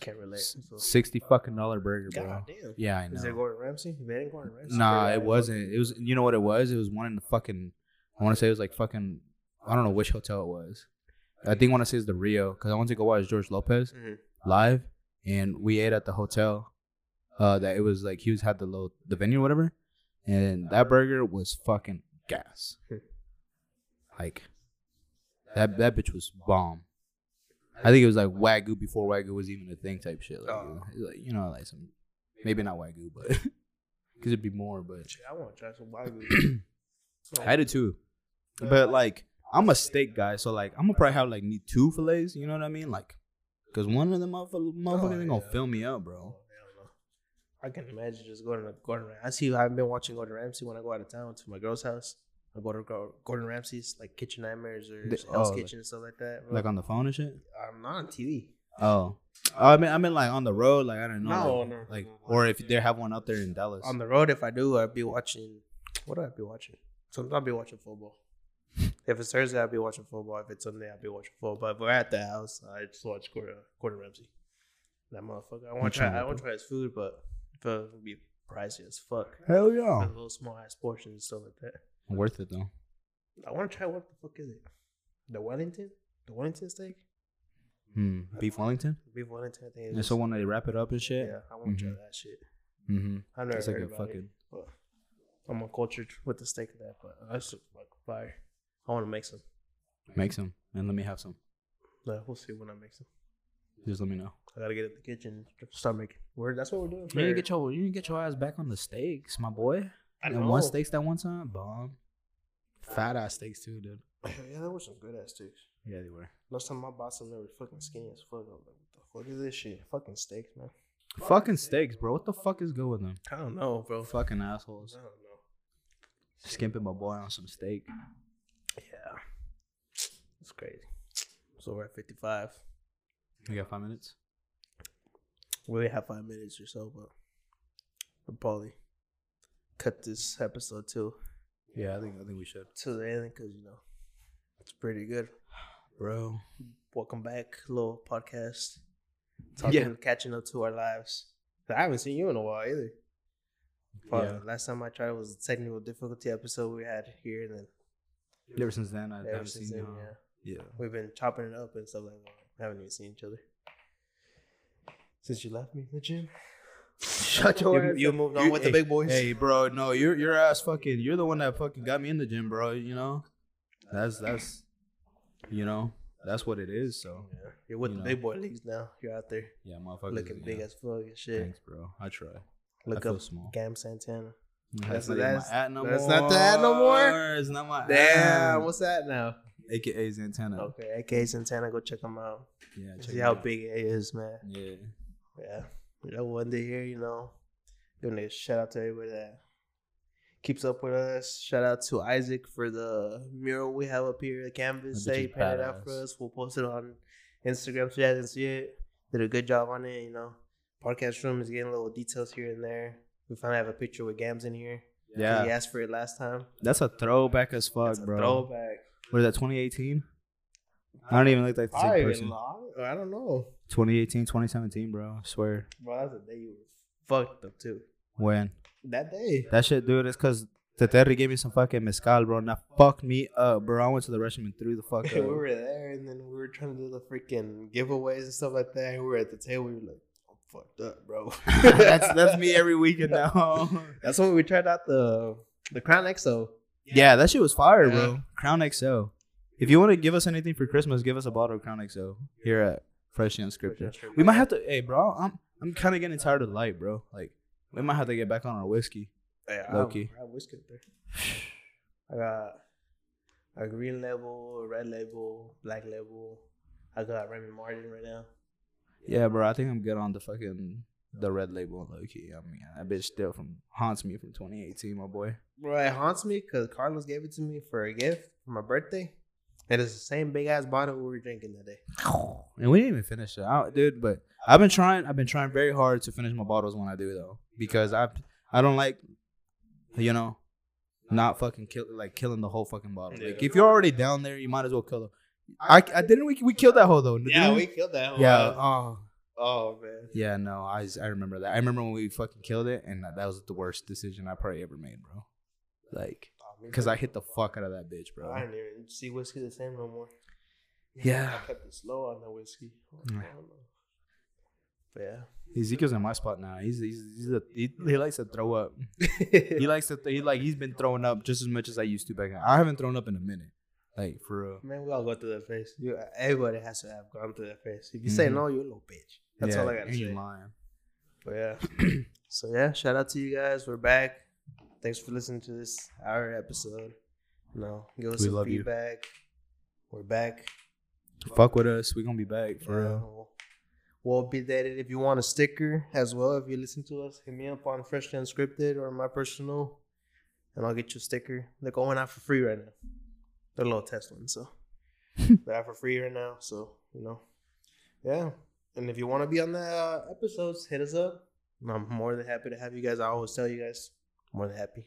[SPEAKER 1] Can't relate.
[SPEAKER 2] S-
[SPEAKER 1] So.
[SPEAKER 2] Sixty fucking dollar burger, bro.
[SPEAKER 1] God damn.
[SPEAKER 2] Yeah, I
[SPEAKER 1] Is it
[SPEAKER 2] know.
[SPEAKER 1] Gordon Ramsay? If it ain't Gordon Ramsay.
[SPEAKER 2] Nah,
[SPEAKER 1] pretty
[SPEAKER 2] it
[SPEAKER 1] bad.
[SPEAKER 2] wasn't. It was. You know what it was? It was one in the fucking. I want to say it was like fucking. I don't know which hotel it was. I think want to say it's the Rio because I wanted to go watch George Lopez
[SPEAKER 1] Mhm.
[SPEAKER 2] live, and we ate at the hotel. Uh, that it was like Hughes had the little the venue or whatever, and that burger was fucking gas. Like, that that bitch was bomb. I think it was like wagyu before wagyu was even a thing type shit. Like,
[SPEAKER 1] Oh.
[SPEAKER 2] you know, like, you know, like some maybe not wagyu, but because it'd be more. But
[SPEAKER 1] Shit, I want to try some Wagyu.
[SPEAKER 2] I had it too, but like I'm a steak guy, so like I'm gonna probably have like need two fillets. You know what I mean? Like, cause one of them motherfuckers ain't gonna
[SPEAKER 1] Oh, yeah.
[SPEAKER 2] fill me up, bro.
[SPEAKER 1] I can imagine just going to Gordon Ramsay. I see I've been watching Gordon Ramsay when I go out of town to my girl's house. I go to Gor- Gordon Ramsay's like Kitchen Nightmares or
[SPEAKER 2] The-
[SPEAKER 1] Hell's
[SPEAKER 2] oh, like-
[SPEAKER 1] Kitchen and stuff like that. bro.
[SPEAKER 2] Like on the phone and shit.
[SPEAKER 1] I'm not on TV.
[SPEAKER 2] Oh. Oh, I mean, I mean, like on the road, like I don't know,
[SPEAKER 1] No,
[SPEAKER 2] like,
[SPEAKER 1] no, no,
[SPEAKER 2] like-
[SPEAKER 1] no, no.
[SPEAKER 2] or if they have one out there in Dallas.
[SPEAKER 1] On the road, if I do, I'd be watching. What do I be watching? Sometimes I'll be watching football. If it's Thursday, I'll be watching football. If it's Sunday, I'll be watching football. But if we're at the house, I just watch Gordon, Gordon Ramsay. That motherfucker. I want to
[SPEAKER 2] trying
[SPEAKER 1] try. I
[SPEAKER 2] to-
[SPEAKER 1] want to try his food, but it'd be pricey as fuck.
[SPEAKER 2] Hell
[SPEAKER 1] Like
[SPEAKER 2] yeah.
[SPEAKER 1] Little small ass portions and stuff like that.
[SPEAKER 2] Worth it though.
[SPEAKER 1] I want to try. What the fuck is it? The Wellington. The Wellington steak.
[SPEAKER 2] Hmm. Beef Wellington.
[SPEAKER 1] Beef Wellington. I think. it
[SPEAKER 2] And
[SPEAKER 1] is.
[SPEAKER 2] so when they wrap it up and shit.
[SPEAKER 1] Yeah, I want to
[SPEAKER 2] Mhm.
[SPEAKER 1] try that shit.
[SPEAKER 2] Mm-hmm.
[SPEAKER 1] I never
[SPEAKER 2] It's like
[SPEAKER 1] heard
[SPEAKER 2] a
[SPEAKER 1] about
[SPEAKER 2] fucking.
[SPEAKER 1] it. But I'm uncultured with the steak of that, but that's just fucking fire. I want to make some.
[SPEAKER 2] Make some and let me have some.
[SPEAKER 1] But we'll see when I make some.
[SPEAKER 2] Just let me know.
[SPEAKER 1] I gotta get in the kitchen, and start making. We're, that's what we're doing.
[SPEAKER 2] You need to
[SPEAKER 1] for-
[SPEAKER 2] get your you need to get your ass back on the steaks, my boy.
[SPEAKER 1] I
[SPEAKER 2] and
[SPEAKER 1] know.
[SPEAKER 2] one steaks that one time, bomb. Fat ass steaks too, dude.
[SPEAKER 1] yeah, there were some good ass steaks.
[SPEAKER 2] Yeah, they were.
[SPEAKER 1] Last time I bought some, they were fucking skinny as fuck. I was like, what the fuck is this shit? Fucking steaks, man.
[SPEAKER 2] Fucking steaks, bro. What the fuck is good with them?
[SPEAKER 1] I don't know, bro.
[SPEAKER 2] Fucking
[SPEAKER 1] I
[SPEAKER 2] assholes.
[SPEAKER 1] don't know.
[SPEAKER 2] Skimping my boy on some steak.
[SPEAKER 1] Yeah, it's crazy. So we're at 55.
[SPEAKER 2] We got five minutes.
[SPEAKER 1] We only have five minutes or so, but we'll probably cut this episode too.
[SPEAKER 2] Yeah, I think I think we should,
[SPEAKER 1] to the end because you know it's pretty good.
[SPEAKER 2] bro.
[SPEAKER 1] Welcome back, little podcast. Talking,
[SPEAKER 2] Yeah.
[SPEAKER 1] catching up to our lives. I haven't seen you in a while either. Fuck,
[SPEAKER 2] Yeah.
[SPEAKER 1] Last time I tried was the technical difficulty episode we had here, and then
[SPEAKER 2] Ever since then, I
[SPEAKER 1] ever
[SPEAKER 2] haven't
[SPEAKER 1] since
[SPEAKER 2] seen
[SPEAKER 1] then, yeah,
[SPEAKER 2] you. Yeah.
[SPEAKER 1] we've been chopping it up and stuff like that. We haven't even seen each other since you left me in the gym.
[SPEAKER 2] Shut
[SPEAKER 1] You, you moved on
[SPEAKER 2] You-
[SPEAKER 1] with the big boys.
[SPEAKER 2] Hey, bro. No, your your ass fucking. You're the one that fucking got me in the gym, bro. You know, that's that's, you know, that's what it is. So
[SPEAKER 1] Yeah. You're with
[SPEAKER 2] you
[SPEAKER 1] the
[SPEAKER 2] know.
[SPEAKER 1] big boy leagues now. You're out there
[SPEAKER 2] yeah, motherfucker.
[SPEAKER 1] looking big as fuck and shit.
[SPEAKER 2] Thanks, bro. I try.
[SPEAKER 1] Look
[SPEAKER 2] I feel
[SPEAKER 1] up
[SPEAKER 2] small.
[SPEAKER 1] Gam Santana. That's-
[SPEAKER 2] That's, not even my
[SPEAKER 1] that's-
[SPEAKER 2] ad no
[SPEAKER 1] that's
[SPEAKER 2] more.
[SPEAKER 1] not the ad no more?
[SPEAKER 2] It's not my
[SPEAKER 1] Damn,
[SPEAKER 2] ad.
[SPEAKER 1] what's that now?
[SPEAKER 2] AKA Santana.
[SPEAKER 1] Okay, AK Santana, go check him out.
[SPEAKER 2] Yeah. check
[SPEAKER 1] See
[SPEAKER 2] it
[SPEAKER 1] how
[SPEAKER 2] out.
[SPEAKER 1] big it is, man.
[SPEAKER 2] Yeah.
[SPEAKER 1] Yeah. You know, one day here, you know, gonna shout out to everybody that keeps up with us. Shout out to Isaac for the mural we have up here, the canvas
[SPEAKER 2] That
[SPEAKER 1] that
[SPEAKER 2] bitch
[SPEAKER 1] he
[SPEAKER 2] is
[SPEAKER 1] painted out for
[SPEAKER 2] badass.
[SPEAKER 1] us. We'll post it on Instagram so you guys can see it. Did a good job on it, you know. Podcast room is getting little details here and there. We finally have a picture with Gams in here.
[SPEAKER 2] Yeah.
[SPEAKER 1] He asked for it last time.
[SPEAKER 2] That's a throwback as fuck,
[SPEAKER 1] It's a
[SPEAKER 2] bro.
[SPEAKER 1] throwback.
[SPEAKER 2] What is that? 2018. I don't even look like the
[SPEAKER 1] Probably
[SPEAKER 2] same
[SPEAKER 1] a
[SPEAKER 2] person.
[SPEAKER 1] lot. I don't know.
[SPEAKER 2] 2018, 2017, bro. I swear.
[SPEAKER 1] Bro, that's the day you were fucked up too.
[SPEAKER 2] When?
[SPEAKER 1] That day.
[SPEAKER 2] That shit, dude, it's because Teterri gave me some fucking mezcal, bro, and that fucked me up, bro. I went to the restroom and threw the fuck up.
[SPEAKER 1] we were there and then we were trying to do the freaking giveaways and stuff like that. And we were at the table. We were like, I'm fucked up, bro.
[SPEAKER 2] that's that's me every weekend now.
[SPEAKER 1] That's when we tried out the the Crown XO.
[SPEAKER 2] yeah, that shit was fire,
[SPEAKER 1] Yeah.
[SPEAKER 2] bro. Crown XO. If you want to give us anything for Christmas, give us a bottle of Crown XO here at Fresh and Unscripted. We might have to, hey, bro. I'm I'm kind of getting tired of the light, bro. Like we might have to get back on our whiskey.
[SPEAKER 1] yeah,
[SPEAKER 2] low key.
[SPEAKER 1] I have whiskey up there. I got a green label, a red label, black label. I got Remy Martin right now.
[SPEAKER 2] Yeah, bro. I think I'm good on the fucking the red label, low key. I mean, that bitch still from haunts me from 2018, my boy.
[SPEAKER 1] Bro, it haunts me because Carlos gave it to me for a gift for my birthday. And it's the same big ass bottle we were drinking that day.
[SPEAKER 2] And we didn't even finish it out, dude. But I've been trying. I've been trying very hard to finish my bottles when I do though, because I I don't like, you know, not fucking kill like killing the whole fucking bottle. Like
[SPEAKER 1] Yeah.
[SPEAKER 2] if you're already down there, you might as well kill. The, I I didn't we we killed that whole though.
[SPEAKER 1] Yeah,
[SPEAKER 2] didn't
[SPEAKER 1] we killed that one.
[SPEAKER 2] Yeah. Oh.
[SPEAKER 1] Oh man.
[SPEAKER 2] Yeah. No. I s- I remember that. I remember when we fucking killed it, and that was the worst decision I probably ever made, bro. Like,
[SPEAKER 1] Oh,
[SPEAKER 2] cause I hit the fuck out of that bitch, bro.
[SPEAKER 1] I didn't even see whiskey the same no more.
[SPEAKER 2] Yeah.
[SPEAKER 1] I kept it slow on the whiskey. I
[SPEAKER 2] Yeah.
[SPEAKER 1] don't know. But
[SPEAKER 2] Ezekiel's in my spot now. He's he's, he's a, he, he likes to throw up.
[SPEAKER 1] yeah.
[SPEAKER 2] he likes to he like he's been throwing up just as much as I used to back then. I haven't thrown up in a minute, like for real.
[SPEAKER 1] man, we all go through that phase. You, everybody has to have gone through that phase. If you say
[SPEAKER 2] Mhm.
[SPEAKER 1] no, you're a little bitch. That's all I gotta
[SPEAKER 2] and you
[SPEAKER 1] say.
[SPEAKER 2] lying.
[SPEAKER 1] But yeah. so yeah, shout out to you guys. We're back. Thanks for listening to this hour episode. No, give us
[SPEAKER 2] We
[SPEAKER 1] some
[SPEAKER 2] love you.
[SPEAKER 1] feedback. We're back.
[SPEAKER 2] Fuck with us. We're gonna be back for
[SPEAKER 1] Yeah,
[SPEAKER 2] real.
[SPEAKER 1] We'll, we'll be there if you want a sticker as well. If you listen to us, hit me up on Freshly Unscripted or my personal, and I'll get you a sticker. They're going out for free right now. They're a little test one, so they're out for free right now. So you know, yeah. And if you want to be on the uh, episodes, hit us up. I'm more than happy to have you guys. I always tell you guys, more than happy.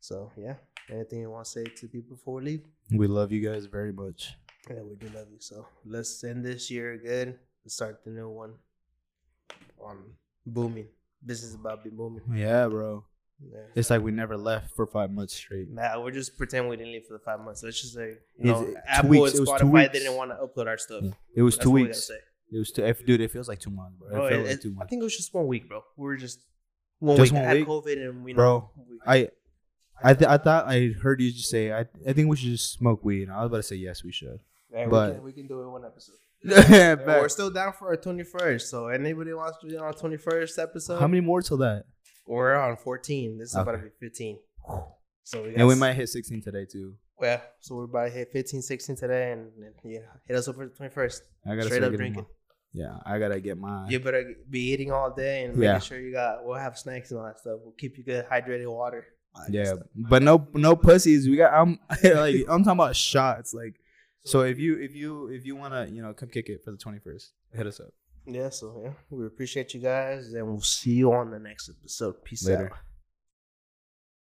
[SPEAKER 1] So yeah, anything you want to say to people before we leave?
[SPEAKER 2] We love you guys very much.
[SPEAKER 1] Yeah, we do love you. So let's end this year good and start the new one. on booming. Business about be booming.
[SPEAKER 2] Yeah, bro.
[SPEAKER 1] Yeah.
[SPEAKER 2] It's like we never left for five months straight.
[SPEAKER 1] Nah, we're just pretending we didn't leave for the five months. Let's just say
[SPEAKER 2] Is
[SPEAKER 1] you know,
[SPEAKER 2] it two
[SPEAKER 1] Apple
[SPEAKER 2] weeks? It
[SPEAKER 1] and
[SPEAKER 2] was two
[SPEAKER 1] Spotify
[SPEAKER 2] weeks.
[SPEAKER 1] they didn't want to upload our stuff.
[SPEAKER 2] Yeah. It was
[SPEAKER 1] That's
[SPEAKER 2] two
[SPEAKER 1] all we gotta
[SPEAKER 2] weeks.
[SPEAKER 1] say.
[SPEAKER 2] It was two. If, dude, it feels like two months, bro. It
[SPEAKER 1] Bro,
[SPEAKER 2] felt
[SPEAKER 1] it-
[SPEAKER 2] like
[SPEAKER 1] it-
[SPEAKER 2] two
[SPEAKER 1] I
[SPEAKER 2] months.
[SPEAKER 1] think it was just one week, bro. We were just one
[SPEAKER 2] Just
[SPEAKER 1] week.
[SPEAKER 2] one
[SPEAKER 1] I had
[SPEAKER 2] week?
[SPEAKER 1] COVID, and we
[SPEAKER 2] Bro,
[SPEAKER 1] know,
[SPEAKER 2] I, I, th- I thought I heard you just say I. I think we should just smoke weed. And I was about to say yes, we should.
[SPEAKER 1] Yeah,
[SPEAKER 2] but-
[SPEAKER 1] we, can, we can do it one episode. And
[SPEAKER 2] Back.
[SPEAKER 1] We're still down for our twenty first. So anybody wants to be on our twenty first episode?
[SPEAKER 2] How many more till that?
[SPEAKER 1] We're on fourteen. This is about to
[SPEAKER 2] Okay.
[SPEAKER 1] be fifteen. So we got
[SPEAKER 2] And we
[SPEAKER 1] s-
[SPEAKER 2] might hit sixteen today too.
[SPEAKER 1] Yeah, so we're about to hit 15, 16 today, and, and yeah, hit us up for the twenty first.
[SPEAKER 2] I gotta
[SPEAKER 1] Straight
[SPEAKER 2] start
[SPEAKER 1] up
[SPEAKER 2] getting
[SPEAKER 1] drinking.
[SPEAKER 2] My, yeah, I gotta get my.
[SPEAKER 1] You better be eating all day and
[SPEAKER 2] Yeah.
[SPEAKER 1] making sure you got. We'll have snacks and all that stuff. We'll keep you good, hydrated water. all that good
[SPEAKER 2] Yeah,
[SPEAKER 1] stuff.
[SPEAKER 2] but no, no pussies. We got. I'm like, I'm talking about shots. Like, so if you, if you, if you wanna, you know, come kick it for the twenty first, hit us up.
[SPEAKER 1] Yeah. So yeah, we appreciate you guys, and we'll see you on the next episode. Peace
[SPEAKER 2] Later.
[SPEAKER 1] out.